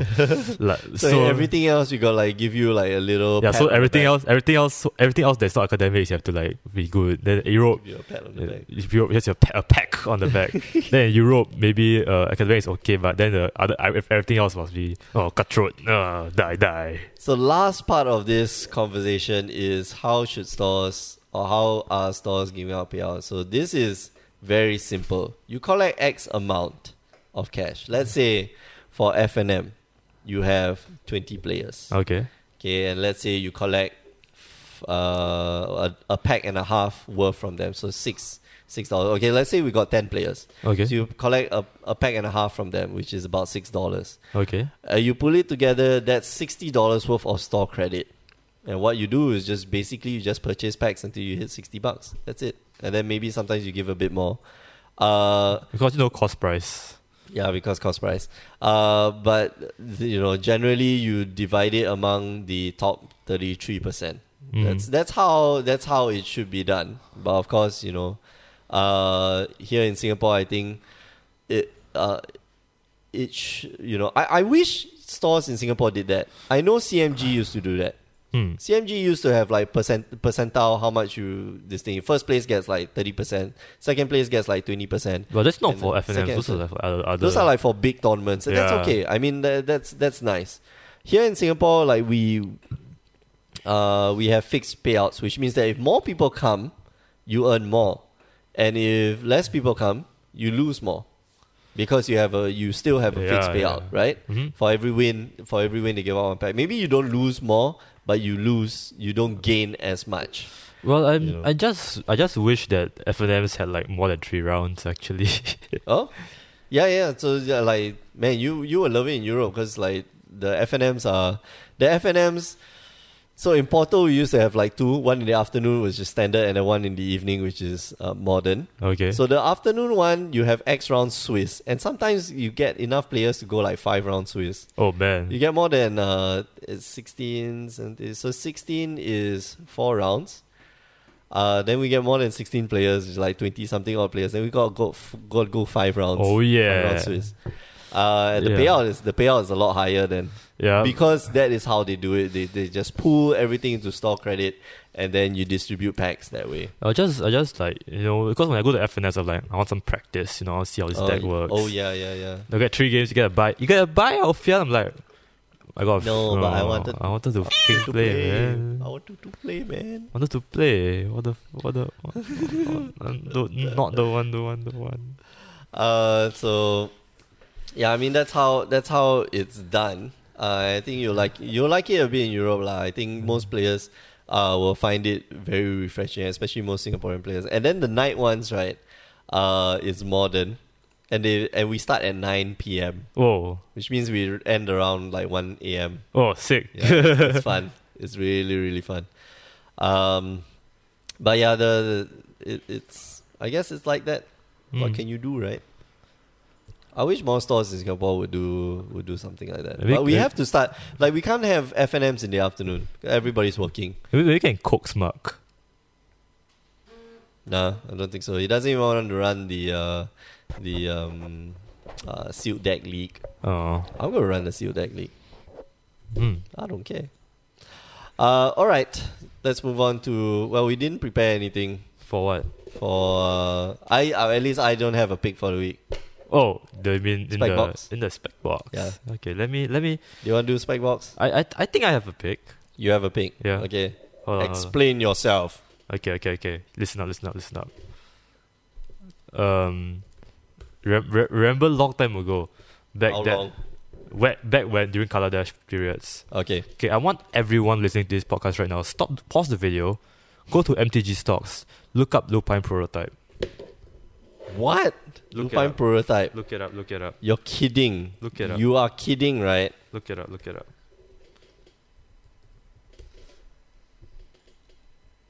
[SPEAKER 2] like,
[SPEAKER 1] so,
[SPEAKER 2] so,
[SPEAKER 1] everything else we got like give you like a little.
[SPEAKER 2] Yeah,
[SPEAKER 1] pat
[SPEAKER 2] so
[SPEAKER 1] on the
[SPEAKER 2] everything
[SPEAKER 1] back.
[SPEAKER 2] else, everything else, so everything else that's not academics, you have to like be good. Then Europe,
[SPEAKER 1] Give you a pat on the
[SPEAKER 2] Yeah,
[SPEAKER 1] back.
[SPEAKER 2] If you just a, pa- a pack on the back, then in Europe maybe uh, academic is okay, but then the other I- if everything else must be oh cutthroat, uh, die die.
[SPEAKER 1] So last part of this conversation is how should stores or how are stores giving out payouts? So this is very simple. You collect X amount of cash. Let's say for F and M, you have twenty players.
[SPEAKER 2] Okay,
[SPEAKER 1] Okay, and let's say you collect uh, a, a pack and a half worth from them. So six six dollars. Okay, let's say we got ten players.
[SPEAKER 2] okay,
[SPEAKER 1] So you collect a, a pack and a half from them, which is about six dollars.
[SPEAKER 2] okay.
[SPEAKER 1] Uh, you pull it together, that's sixty dollars worth of store credit. And what you do is just basically you just purchase packs until you hit sixty bucks. That's it. And then maybe sometimes you give a bit more. Uh,
[SPEAKER 2] Because you know cost price.
[SPEAKER 1] yeah, because cost price. Uh, but you know, generally you divide it among the top thirty three percent.
[SPEAKER 2] Mm.
[SPEAKER 1] That's that's how that's how it should be done. But of course, you know, uh, here in Singapore, I think it uh, it sh- you know I, I wish stores in Singapore did that. I know CMG used to do that.
[SPEAKER 2] Hmm.
[SPEAKER 1] CMG used to have like percent percentile how much you this thing. First place gets like thirty percent. Second place gets like twenty percent.
[SPEAKER 2] But that's not
[SPEAKER 1] And
[SPEAKER 2] for
[SPEAKER 1] the
[SPEAKER 2] F and M.
[SPEAKER 1] second-
[SPEAKER 2] Those are like for other. other-
[SPEAKER 1] Those are like for big tournaments, and
[SPEAKER 2] Yeah.
[SPEAKER 1] that's okay. I mean, tha that's that's nice. Here in Singapore, like we, uh, we have fixed payouts, which means that if more people come, you earn more, and if less people come, you lose more, because you have a you still have a fixed
[SPEAKER 2] Yeah,
[SPEAKER 1] payout,
[SPEAKER 2] yeah.
[SPEAKER 1] right?
[SPEAKER 2] Mhm.
[SPEAKER 1] For every win, for every win they give out one pack. Maybe you don't lose more, but you lose, you don't gain as much.
[SPEAKER 2] well, I'm,
[SPEAKER 1] you know.
[SPEAKER 2] I just I just wish that F and M's had like more than three rounds actually.
[SPEAKER 1] Oh, yeah, yeah. So yeah, like, man, you you were loving in Europe because like the FNMs are the FNMs. So in Porto, we used to have like two. One in the afternoon, which is standard, and then one in the evening, which is uh, modern.
[SPEAKER 2] okay.
[SPEAKER 1] So the afternoon one, you have X round Swiss, and sometimes you get enough players to go like five round Swiss.
[SPEAKER 2] oh man.
[SPEAKER 1] You get more than uh, it's 16, 17. So 16 is four rounds. Uh, then we get more than 16 players, which is like 20 something odd players. Then we got go, f- got go five rounds.
[SPEAKER 2] Oh,
[SPEAKER 1] five
[SPEAKER 2] yeah.
[SPEAKER 1] rounds Swiss. Uh, and the
[SPEAKER 2] Yeah. Um,
[SPEAKER 1] payout is the payout is a lot higher than
[SPEAKER 2] yeah.
[SPEAKER 1] because that is how they do it. They, they just pool everything into store credit and then you distribute packs that way.
[SPEAKER 2] I just I just like you know because when I go to F and S, I'm like I want some practice. You know, I want to see how this
[SPEAKER 1] oh,
[SPEAKER 2] deck
[SPEAKER 1] y-
[SPEAKER 2] works.
[SPEAKER 1] oh yeah, yeah, yeah.
[SPEAKER 2] You get three games, you get a buy. You get a buy out of I'm like, I got
[SPEAKER 1] No, but I wanted-
[SPEAKER 2] I wanted to f***ing
[SPEAKER 1] To
[SPEAKER 2] play,
[SPEAKER 1] play. Oh.
[SPEAKER 2] man.
[SPEAKER 1] I want to, to play, man.
[SPEAKER 2] wanted to play. What the what the what, what- don't- not the one, the one, the one.
[SPEAKER 1] Uh, so yeah, I mean that's how that's how it's done. Uh, I think you like you like it a bit in Europe lah. I think most players uh will find it very refreshing, especially most Singaporean players. And then the night ones, right? Uh, is modern, and they and we start at nine p.m.,
[SPEAKER 2] Whoa,
[SPEAKER 1] which means we end around like one a.m.
[SPEAKER 2] oh sick.
[SPEAKER 1] Yeah, it's, it's fun. It's really really fun. Um, but yeah, the, the it, it's I guess it's like that what
[SPEAKER 2] Mm.
[SPEAKER 1] can you do, right? I wish more stores in Singapore would do would do something like that.
[SPEAKER 2] Maybe
[SPEAKER 1] but we
[SPEAKER 2] could-
[SPEAKER 1] have to start like we can't have F and M's in the afternoon. Everybody's working.
[SPEAKER 2] Maybe we can coax Mark.
[SPEAKER 1] Nah, I don't think so. He doesn't even want to run the uh, the um, uh, sealed deck league.
[SPEAKER 2] Oh,
[SPEAKER 1] I'm gonna run the sealed deck league.
[SPEAKER 2] Hmm.
[SPEAKER 1] I don't care. Uh, all right, let's move on to well, we didn't prepare anything
[SPEAKER 2] for what?
[SPEAKER 1] for uh, I uh, at least I don't have a pick for the week.
[SPEAKER 2] Oh, the mean in
[SPEAKER 1] Spec
[SPEAKER 2] the
[SPEAKER 1] box.
[SPEAKER 2] in the spec box.
[SPEAKER 1] Yeah.
[SPEAKER 2] Okay, let me let me.
[SPEAKER 1] Do you want to do spike box?
[SPEAKER 2] I I, I think I have a pick.
[SPEAKER 1] You have a pick.
[SPEAKER 2] Yeah. Uh,
[SPEAKER 1] Okay.
[SPEAKER 2] Hold on, hold on.
[SPEAKER 1] Explain yourself.
[SPEAKER 2] Okay, okay, okay. Listen up, listen up, listen up. Um, re- re- remember long time ago, back
[SPEAKER 1] How
[SPEAKER 2] then,
[SPEAKER 1] long?
[SPEAKER 2] When, back when during color dash periods.
[SPEAKER 1] Okay.
[SPEAKER 2] Okay, I want everyone listening to this podcast right now. Stop, pause the video, go to MTG stocks, look up Lupine prototype.
[SPEAKER 1] What?
[SPEAKER 2] Look it
[SPEAKER 1] Lupine
[SPEAKER 2] up.
[SPEAKER 1] prototype.
[SPEAKER 2] Look it up, look it up,
[SPEAKER 1] You're kidding.
[SPEAKER 2] Look it up.
[SPEAKER 1] You are kidding, right?
[SPEAKER 2] look it up, look it up.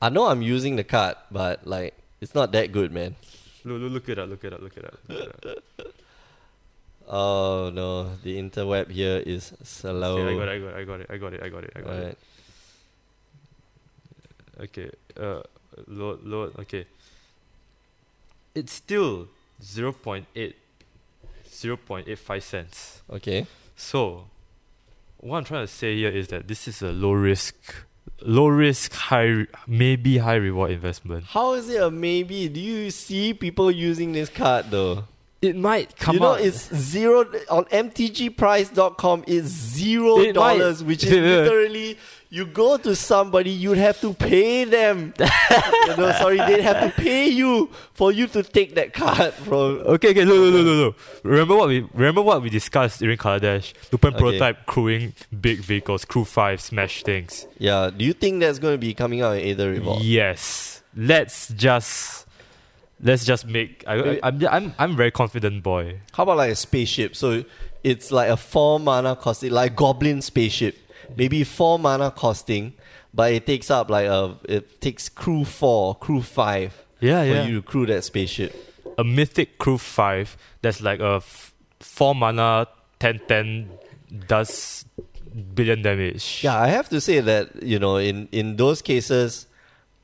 [SPEAKER 1] I know I'm using the card, but like it's not that good, man.
[SPEAKER 2] Look, look, look it up. Look it up. Look it up. Look it up.
[SPEAKER 1] Oh no, the interweb here is slow.
[SPEAKER 2] Okay, I got it. I got it. I got it. I got it. I got it. I got it.
[SPEAKER 1] Alright.
[SPEAKER 2] Okay. Uh, load, load. Okay. It's still 0.8, 0.85 cents.
[SPEAKER 1] Okay.
[SPEAKER 2] So, what I'm trying to say here is that this is a low risk, low risk, high, re- maybe high reward investment.
[SPEAKER 1] How is it a maybe? Do you see people using this card though?
[SPEAKER 2] It might come
[SPEAKER 1] you know,
[SPEAKER 2] out.
[SPEAKER 1] it's zero on mtgprice.com. It's zero
[SPEAKER 2] It might-
[SPEAKER 1] dollars, which is
[SPEAKER 2] Yeah, yeah.
[SPEAKER 1] literally you go to somebody, you'd have to pay them. You know, sorry, they'd have to pay you for you to take that card from.
[SPEAKER 2] Okay, okay, look, look, look, look, look. Remember what we remember what we discussed during Colour Dash? Lupin
[SPEAKER 1] Okay.
[SPEAKER 2] prototype crewing big vehicles, crew five, smash things.
[SPEAKER 1] Yeah, do you think that's going to be coming out in Aether Revolve?
[SPEAKER 2] Yes. Let's just let's just make I, I, I'm I'm I'm very confident boy.
[SPEAKER 1] How about like a spaceship? So it's like a four mana costing, like goblin spaceship. Maybe four mana costing, but it takes up like a it takes crew four, crew five
[SPEAKER 2] Yeah,
[SPEAKER 1] for
[SPEAKER 2] yeah.
[SPEAKER 1] you to crew that spaceship.
[SPEAKER 2] A mythic crew five that's like a f- four mana 10 10 does billion damage.
[SPEAKER 1] Yeah, I have to say that you know, in in those cases,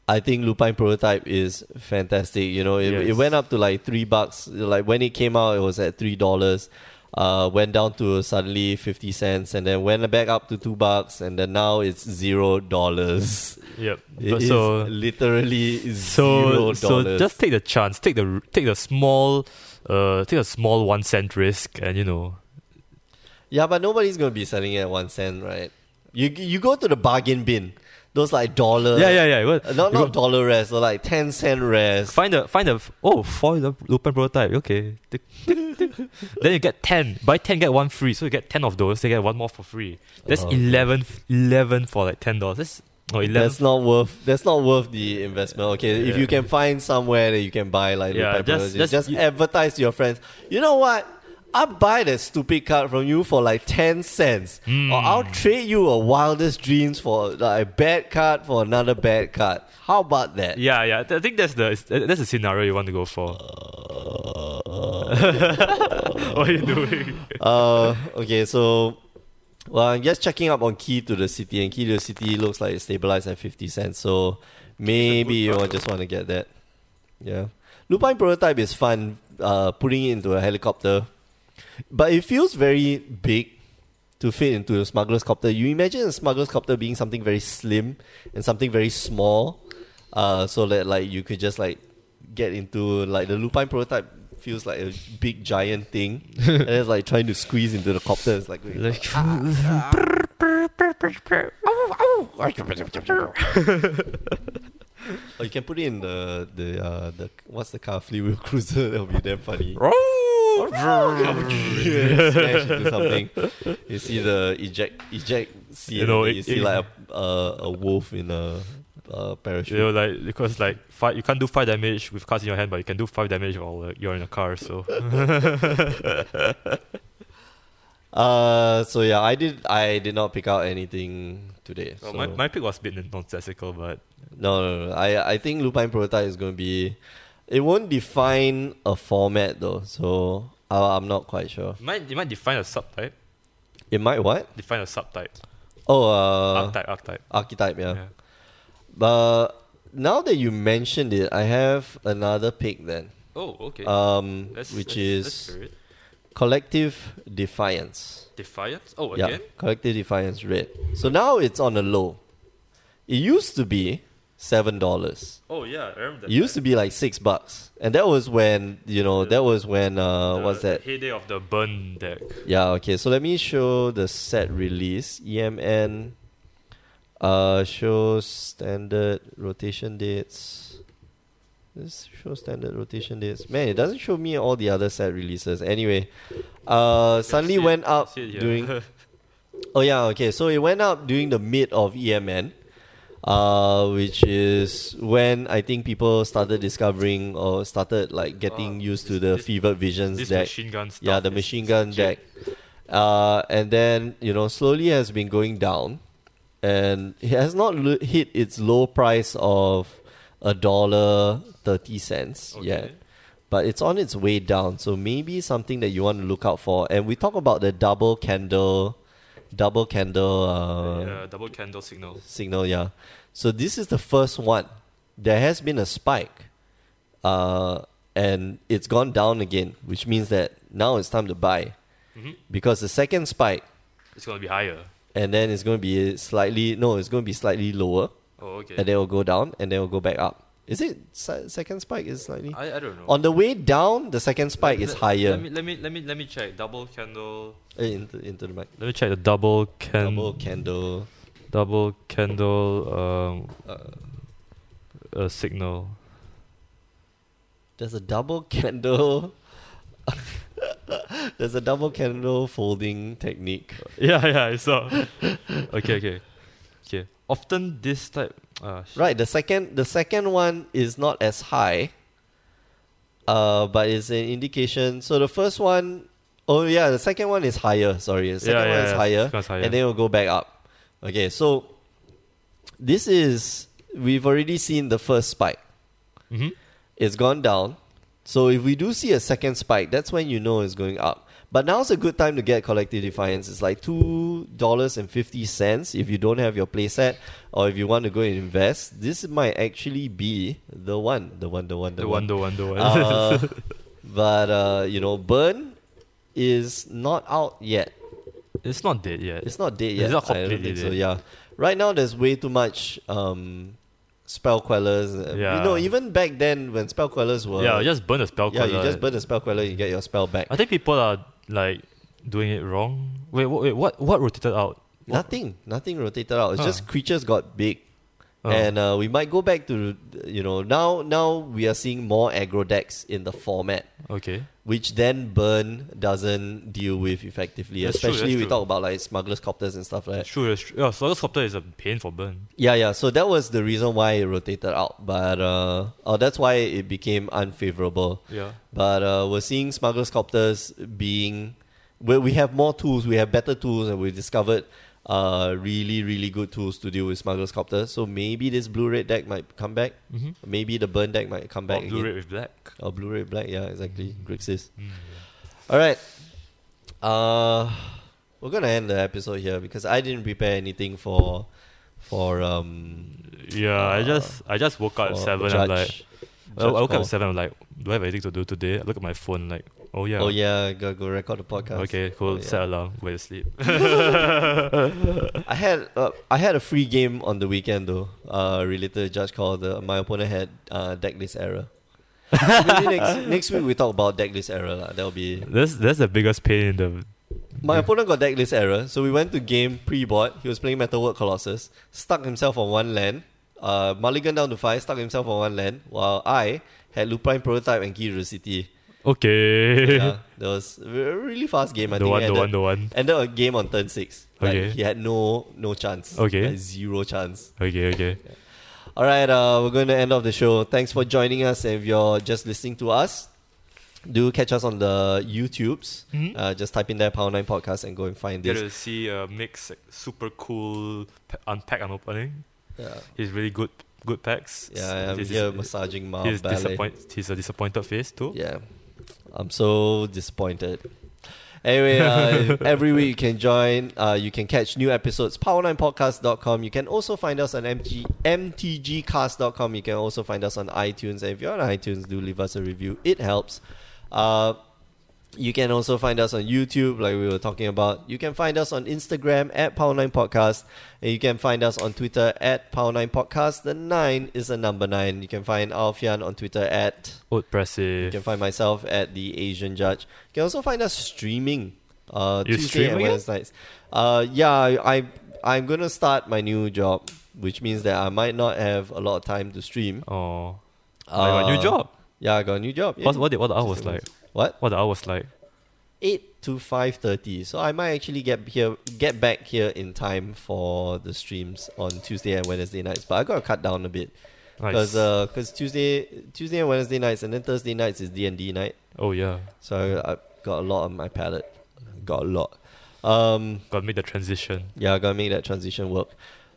[SPEAKER 1] I think Lupine Prototype is fantastic. You know, it,
[SPEAKER 2] Yes.
[SPEAKER 1] it went up to like three bucks. Like when it came out, it was at three dollars. Uh, went down to suddenly fifty cents, and then went back up to two bucks, and then now it's zero dollars.
[SPEAKER 2] Yep.
[SPEAKER 1] It
[SPEAKER 2] But
[SPEAKER 1] is
[SPEAKER 2] so
[SPEAKER 1] literally
[SPEAKER 2] so
[SPEAKER 1] zero
[SPEAKER 2] so
[SPEAKER 1] dollars.
[SPEAKER 2] just take the chance take the take the small uh take a small one cent risk and you know
[SPEAKER 1] yeah, but nobody's gonna be selling it at one cent, right? You you go to the bargain bin, those like dollar,
[SPEAKER 2] yeah yeah yeah
[SPEAKER 1] uh,
[SPEAKER 2] well,
[SPEAKER 1] not
[SPEAKER 2] you
[SPEAKER 1] not
[SPEAKER 2] go-
[SPEAKER 1] dollar res, or like ten cent res.
[SPEAKER 2] find a find a oh foil Lup- lupin prototype okay Tick, tick, tick. then you get 10 buy 10 get one free so you get 10 of those they get one more for free that's
[SPEAKER 1] Oh, okay.
[SPEAKER 2] 11 f- 11 for like 10 dollars that's no 11
[SPEAKER 1] That's not worth. That's not worth the investment. Okay, if
[SPEAKER 2] Yeah.
[SPEAKER 1] you can find somewhere that you can buy like
[SPEAKER 2] Yeah,
[SPEAKER 1] yeah, just,
[SPEAKER 2] just- just- you-
[SPEAKER 1] advertise to your friends. You know what? I'll buy that stupid card from you for like ten cents,
[SPEAKER 2] Hmm.
[SPEAKER 1] or I'll trade you a wildest dreams for like, a bad card for another bad card. How about that?
[SPEAKER 2] yeah yeah Th- i think that's the that's the scenario you want to go for Uh, what are you doing
[SPEAKER 1] uh, okay, so well, I'm just checking up on Key to the City, and Key to the City looks like it's stabilized at 50 cents, so maybe you will just want to get that. Yeah. Lupine prototype is fun, uh, putting it into a helicopter, but it feels very big to fit into the smuggler's copter. You imagine a smuggler's copter being something very slim and something very small, uh, so that like you could just like get into like the Lupine prototype feels like a big giant thing, and it's like trying to squeeze into the copter. It's like, ah,
[SPEAKER 2] like
[SPEAKER 1] or Oh, you can put it in the the uh, the what's the car freewheel cruiser. That'll be damn funny.
[SPEAKER 2] Oh!
[SPEAKER 1] smash into something. You see the eject eject scene. You,
[SPEAKER 2] You know,
[SPEAKER 1] you
[SPEAKER 2] it-
[SPEAKER 1] see
[SPEAKER 2] it-
[SPEAKER 1] like a, a a wolf in a, a parachute.
[SPEAKER 2] You know, like because like five, you can't do five damage with cards in your hand, but you can do five damage while uh, you're in a car. So
[SPEAKER 1] Uh, so yeah, I did. I did not pick out anything today.
[SPEAKER 2] Well,
[SPEAKER 1] so-
[SPEAKER 2] my my pick was a bit nonsensical, but
[SPEAKER 1] no, no, no. I I think Lupine Prototype is going to be. It won't define a format though, so I, I'm not quite sure.
[SPEAKER 2] it might it might define a subtype,
[SPEAKER 1] It might what?
[SPEAKER 2] define a subtype,
[SPEAKER 1] Oh, uh,
[SPEAKER 2] archetype, archetype.
[SPEAKER 1] archetype. Yeah.
[SPEAKER 2] Yeah.
[SPEAKER 1] But now that you mentioned it, I have another pick then,
[SPEAKER 2] Oh, okay.
[SPEAKER 1] um,
[SPEAKER 2] That's-
[SPEAKER 1] which
[SPEAKER 2] that's-
[SPEAKER 1] is
[SPEAKER 2] that's good.
[SPEAKER 1] Collective Defiance.
[SPEAKER 2] defiance. Oh,
[SPEAKER 1] Yeah,
[SPEAKER 2] again.
[SPEAKER 1] Collective Defiance Red. So now it's on a low. It used to be seven dollars.
[SPEAKER 2] Oh, yeah. I remember
[SPEAKER 1] It
[SPEAKER 2] that.
[SPEAKER 1] used to be like six bucks, and that was when you know that was when uh,
[SPEAKER 2] The-
[SPEAKER 1] what's that?
[SPEAKER 2] The heyday of the burn deck.
[SPEAKER 1] Yeah, okay. So let me show the set release. EMN uh shows standard rotation dates. This shows standard rotation dates. Man, it doesn't show me all the other set releases. Anyway, uh suddenly
[SPEAKER 2] See it-
[SPEAKER 1] went up
[SPEAKER 2] see it here.
[SPEAKER 1] during Oh yeah, okay. So it went up during the mid of EMN. Uh, which is when I think people started discovering or started like getting
[SPEAKER 2] Oh,
[SPEAKER 1] used to
[SPEAKER 2] this-
[SPEAKER 1] the
[SPEAKER 2] this-
[SPEAKER 1] fevered visions
[SPEAKER 2] this
[SPEAKER 1] deck.
[SPEAKER 2] machine gun stuff.
[SPEAKER 1] Yeah, the
[SPEAKER 2] is
[SPEAKER 1] machine gun
[SPEAKER 2] legit.
[SPEAKER 1] deck. Uh, and then, you know, slowly has been going down. and it has not lo- hit its low price of a dollar thirty cents yet.
[SPEAKER 2] Okay.
[SPEAKER 1] But it's on its way down, so maybe something that you want to look out for. And we talk about the double candle, double candle uh,
[SPEAKER 2] yeah, double candle signal.
[SPEAKER 1] signal, yeah. So this is the first one. There has been a spike, uh, and it's gone down again, which means that now it's time to buy
[SPEAKER 2] Mhm.
[SPEAKER 1] because the second spike,
[SPEAKER 2] It's gonna be higher.
[SPEAKER 1] and then it's going to be slightly no, it's going to be slightly lower,
[SPEAKER 2] Oh, okay.
[SPEAKER 1] and then it'll go down, and then it'll go back up. Is it se- second spike is slightly
[SPEAKER 2] I, I don't know.
[SPEAKER 1] on the way down? The second spike
[SPEAKER 2] Let-
[SPEAKER 1] is
[SPEAKER 2] let-
[SPEAKER 1] higher.
[SPEAKER 2] Let me let me let me let me check double candle.
[SPEAKER 1] Eh, into, into the mic.
[SPEAKER 2] Let me check the double can
[SPEAKER 1] Double
[SPEAKER 2] double,
[SPEAKER 1] candle.
[SPEAKER 2] candle
[SPEAKER 1] Uh,
[SPEAKER 2] um uh, signal.
[SPEAKER 1] There's a double candle. There's a double candle folding technique.
[SPEAKER 2] Yeah, yeah, I saw. okay, okay, okay. Often this type. Uh,
[SPEAKER 1] Right. The second, the second one is not as high, uh, but it's an indication. So the first one, oh yeah, the second one is higher. Sorry, the second
[SPEAKER 2] Yeah, yeah,
[SPEAKER 1] one is
[SPEAKER 2] yeah,
[SPEAKER 1] higher,
[SPEAKER 2] second one's higher.
[SPEAKER 1] and then it'll go back up. Okay, so this is we've already seen the first spike.
[SPEAKER 2] hmm
[SPEAKER 1] It's gone down. So if we do see a second spike, that's when you know it's going up. But now's a good time to get collective defiance. It's like two dollars and fifty cents if you don't have your playset or if you want to go and invest. This might actually be the one, the one, the one, the,
[SPEAKER 2] The one, the one, the one.
[SPEAKER 1] Uh, but uh, you know, burn is not out yet.
[SPEAKER 2] it's not dead yet.
[SPEAKER 1] It's not dead
[SPEAKER 2] It's
[SPEAKER 1] yet.
[SPEAKER 2] not
[SPEAKER 1] I don't
[SPEAKER 2] completely
[SPEAKER 1] think so.
[SPEAKER 2] dead.
[SPEAKER 1] Yeah. Right now, there's way too much um, spell quellers. Uh,
[SPEAKER 2] Yeah.
[SPEAKER 1] You know, even back then when spell quellers were
[SPEAKER 2] yeah, you just burn the spell
[SPEAKER 1] yeah,
[SPEAKER 2] card.
[SPEAKER 1] you just burn the spell queller, you get your spell back.
[SPEAKER 2] I think people are like doing it wrong. Wait, wha- wait, what? What rotated out? What-
[SPEAKER 1] Nothing, nothing rotated out. It's
[SPEAKER 2] Huh.
[SPEAKER 1] just creatures got big,
[SPEAKER 2] Oh.
[SPEAKER 1] and uh, we might go back to you know now now we are seeing more aggro decks in the format,
[SPEAKER 2] Okay.
[SPEAKER 1] which then burn doesn't deal with effectively.
[SPEAKER 2] That's true,
[SPEAKER 1] Especially
[SPEAKER 2] that's
[SPEAKER 1] we
[SPEAKER 2] true.
[SPEAKER 1] talk about like smugglers copters and stuff like that.
[SPEAKER 2] That's true. That's true. Yeah, Slugger's Copter is a pain for burn.
[SPEAKER 1] Yeah, yeah. So that was the reason why it rotated out, but uh, oh, that's why it became unfavorable.
[SPEAKER 2] Yeah.
[SPEAKER 1] But uh, we're seeing smuggler sculptors being where we have more tools, we have better tools, and we've discovered uh, really, really good tools to deal with smuggler sculptors. So maybe this blue red deck might come back.
[SPEAKER 2] Mm-hmm.
[SPEAKER 1] Maybe the burn deck might come back.
[SPEAKER 2] Or Oh, blue
[SPEAKER 1] again.
[SPEAKER 2] red with black.
[SPEAKER 1] Or blue red black, yeah, exactly. Grixis.
[SPEAKER 2] Mm.
[SPEAKER 1] All right. Uh, we're gonna end the episode here because I didn't prepare anything for for um
[SPEAKER 2] Yeah, I
[SPEAKER 1] Uh,
[SPEAKER 2] just I just woke up at
[SPEAKER 1] for
[SPEAKER 2] seven.
[SPEAKER 1] judge-
[SPEAKER 2] I'm like, oh, I, I
[SPEAKER 1] judge
[SPEAKER 2] woke up
[SPEAKER 1] call.
[SPEAKER 2] at seven. I'm like, do I have anything to do today? I look at my phone. Like, oh yeah.
[SPEAKER 1] Oh yeah, gotta go record the podcast.
[SPEAKER 2] Okay, cool.
[SPEAKER 1] Oh, yeah.
[SPEAKER 2] Set alarm. Go to sleep.
[SPEAKER 1] I had uh, I had a free game on the weekend though. Uh, related to judge call. The my opponent had uh, deck list error. Maybe next, next week we talk about deck list error lah. That'll be
[SPEAKER 2] that's that's the biggest pain in the.
[SPEAKER 1] my opponent got deck list error, so we went to game pre-board. He was playing Metalwork Colossus, stuck himself on one land. Uh, Mulligan down to five, stuck himself on one land, while I had Lupine Prototype and Key to the City.
[SPEAKER 2] Okay.
[SPEAKER 1] Yeah, that was a really fast game. I
[SPEAKER 2] the
[SPEAKER 1] think
[SPEAKER 2] one,
[SPEAKER 1] it
[SPEAKER 2] the
[SPEAKER 1] ended-
[SPEAKER 2] one, the one.
[SPEAKER 1] ended a game on turn six. Like,
[SPEAKER 2] Okay.
[SPEAKER 1] He had no no chance.
[SPEAKER 2] Okay.
[SPEAKER 1] Like, zero chance.
[SPEAKER 2] Okay, okay.
[SPEAKER 1] All right, uh, we're going to end off the show. Thanks for joining us. If you're just listening to us, do catch us on the YouTubes.
[SPEAKER 2] Mhm.
[SPEAKER 1] Uh, just type in there Power Nine Podcast and go and find
[SPEAKER 2] Get
[SPEAKER 1] this.
[SPEAKER 2] to see uh, Mick's super cool pa- unpack and opening.
[SPEAKER 1] Yeah,
[SPEAKER 2] He's really good, good packs.
[SPEAKER 1] yeah I'm
[SPEAKER 2] he's,
[SPEAKER 1] here massaging my
[SPEAKER 2] he's,
[SPEAKER 1] ballet.
[SPEAKER 2] disappoint, he's a disappointed face too.
[SPEAKER 1] Yeah, I'm so disappointed. Anyway, uh, every week you can join, uh, you can catch new episodes, power9podcast.com. You can also find us on MG, mtgcast.com. You can also find us on iTunes. And if you're on iTunes, do leave us a review. It helps. Uh, you can also find us on YouTube, like we were talking about. You can find us on Instagram at Power9Podcast. And you can find us on Twitter at Power9Podcast. The 9 is the number 9. You can find Alfian on Twitter at...
[SPEAKER 2] Old
[SPEAKER 1] You can
[SPEAKER 2] Pressive.
[SPEAKER 1] find myself at the Asian Judge. You can also find us streaming uh,
[SPEAKER 2] You're
[SPEAKER 1] Tuesday and
[SPEAKER 2] streaming it?
[SPEAKER 1] Wednesday nights. Uh, yeah, I, I I'm gonna start my new job, which means that I might not have a lot of time to stream.
[SPEAKER 2] Oh. I got a
[SPEAKER 1] Uh,
[SPEAKER 2] new job.
[SPEAKER 1] Yeah, I got a new job. Yeah.
[SPEAKER 2] What, what, the, what the hour was
[SPEAKER 1] Tuesday,
[SPEAKER 2] like?
[SPEAKER 1] What
[SPEAKER 2] What the hour was like?
[SPEAKER 1] eight to five thirty? So I might actually get here, get back here in time for the streams on Tuesday and Wednesday nights. But I gotta cut down a bit because
[SPEAKER 2] Nice.
[SPEAKER 1] Tuesday Tuesday and Wednesday nights, and then Thursday nights is D and D night.
[SPEAKER 2] oh, yeah.
[SPEAKER 1] So I got a lot on my palate. Got a lot. Um,
[SPEAKER 2] Gotta make the transition.
[SPEAKER 1] yeah, I gotta make that transition work.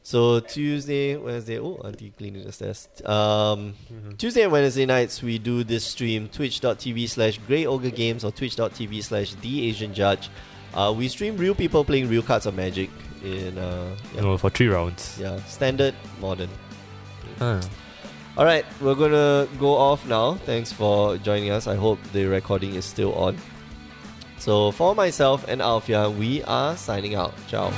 [SPEAKER 1] So Tuesday, Wednesday, oh, auntie cleaning the stairs. Um, Tuesday and Wednesday nights, we do this stream, twitch.tv slash Grey Ogre Games or twitch.tv slash The Asian Judge. Uh, we stream real people playing real cards of magic in, uh, yeah,
[SPEAKER 2] No, for three rounds.
[SPEAKER 1] yeah, standard, modern.
[SPEAKER 2] Ah.
[SPEAKER 1] All right, we're gonna go off now. Thanks for joining us. I hope the recording is still on. So, for myself and Alfia, we are signing out. Ciao.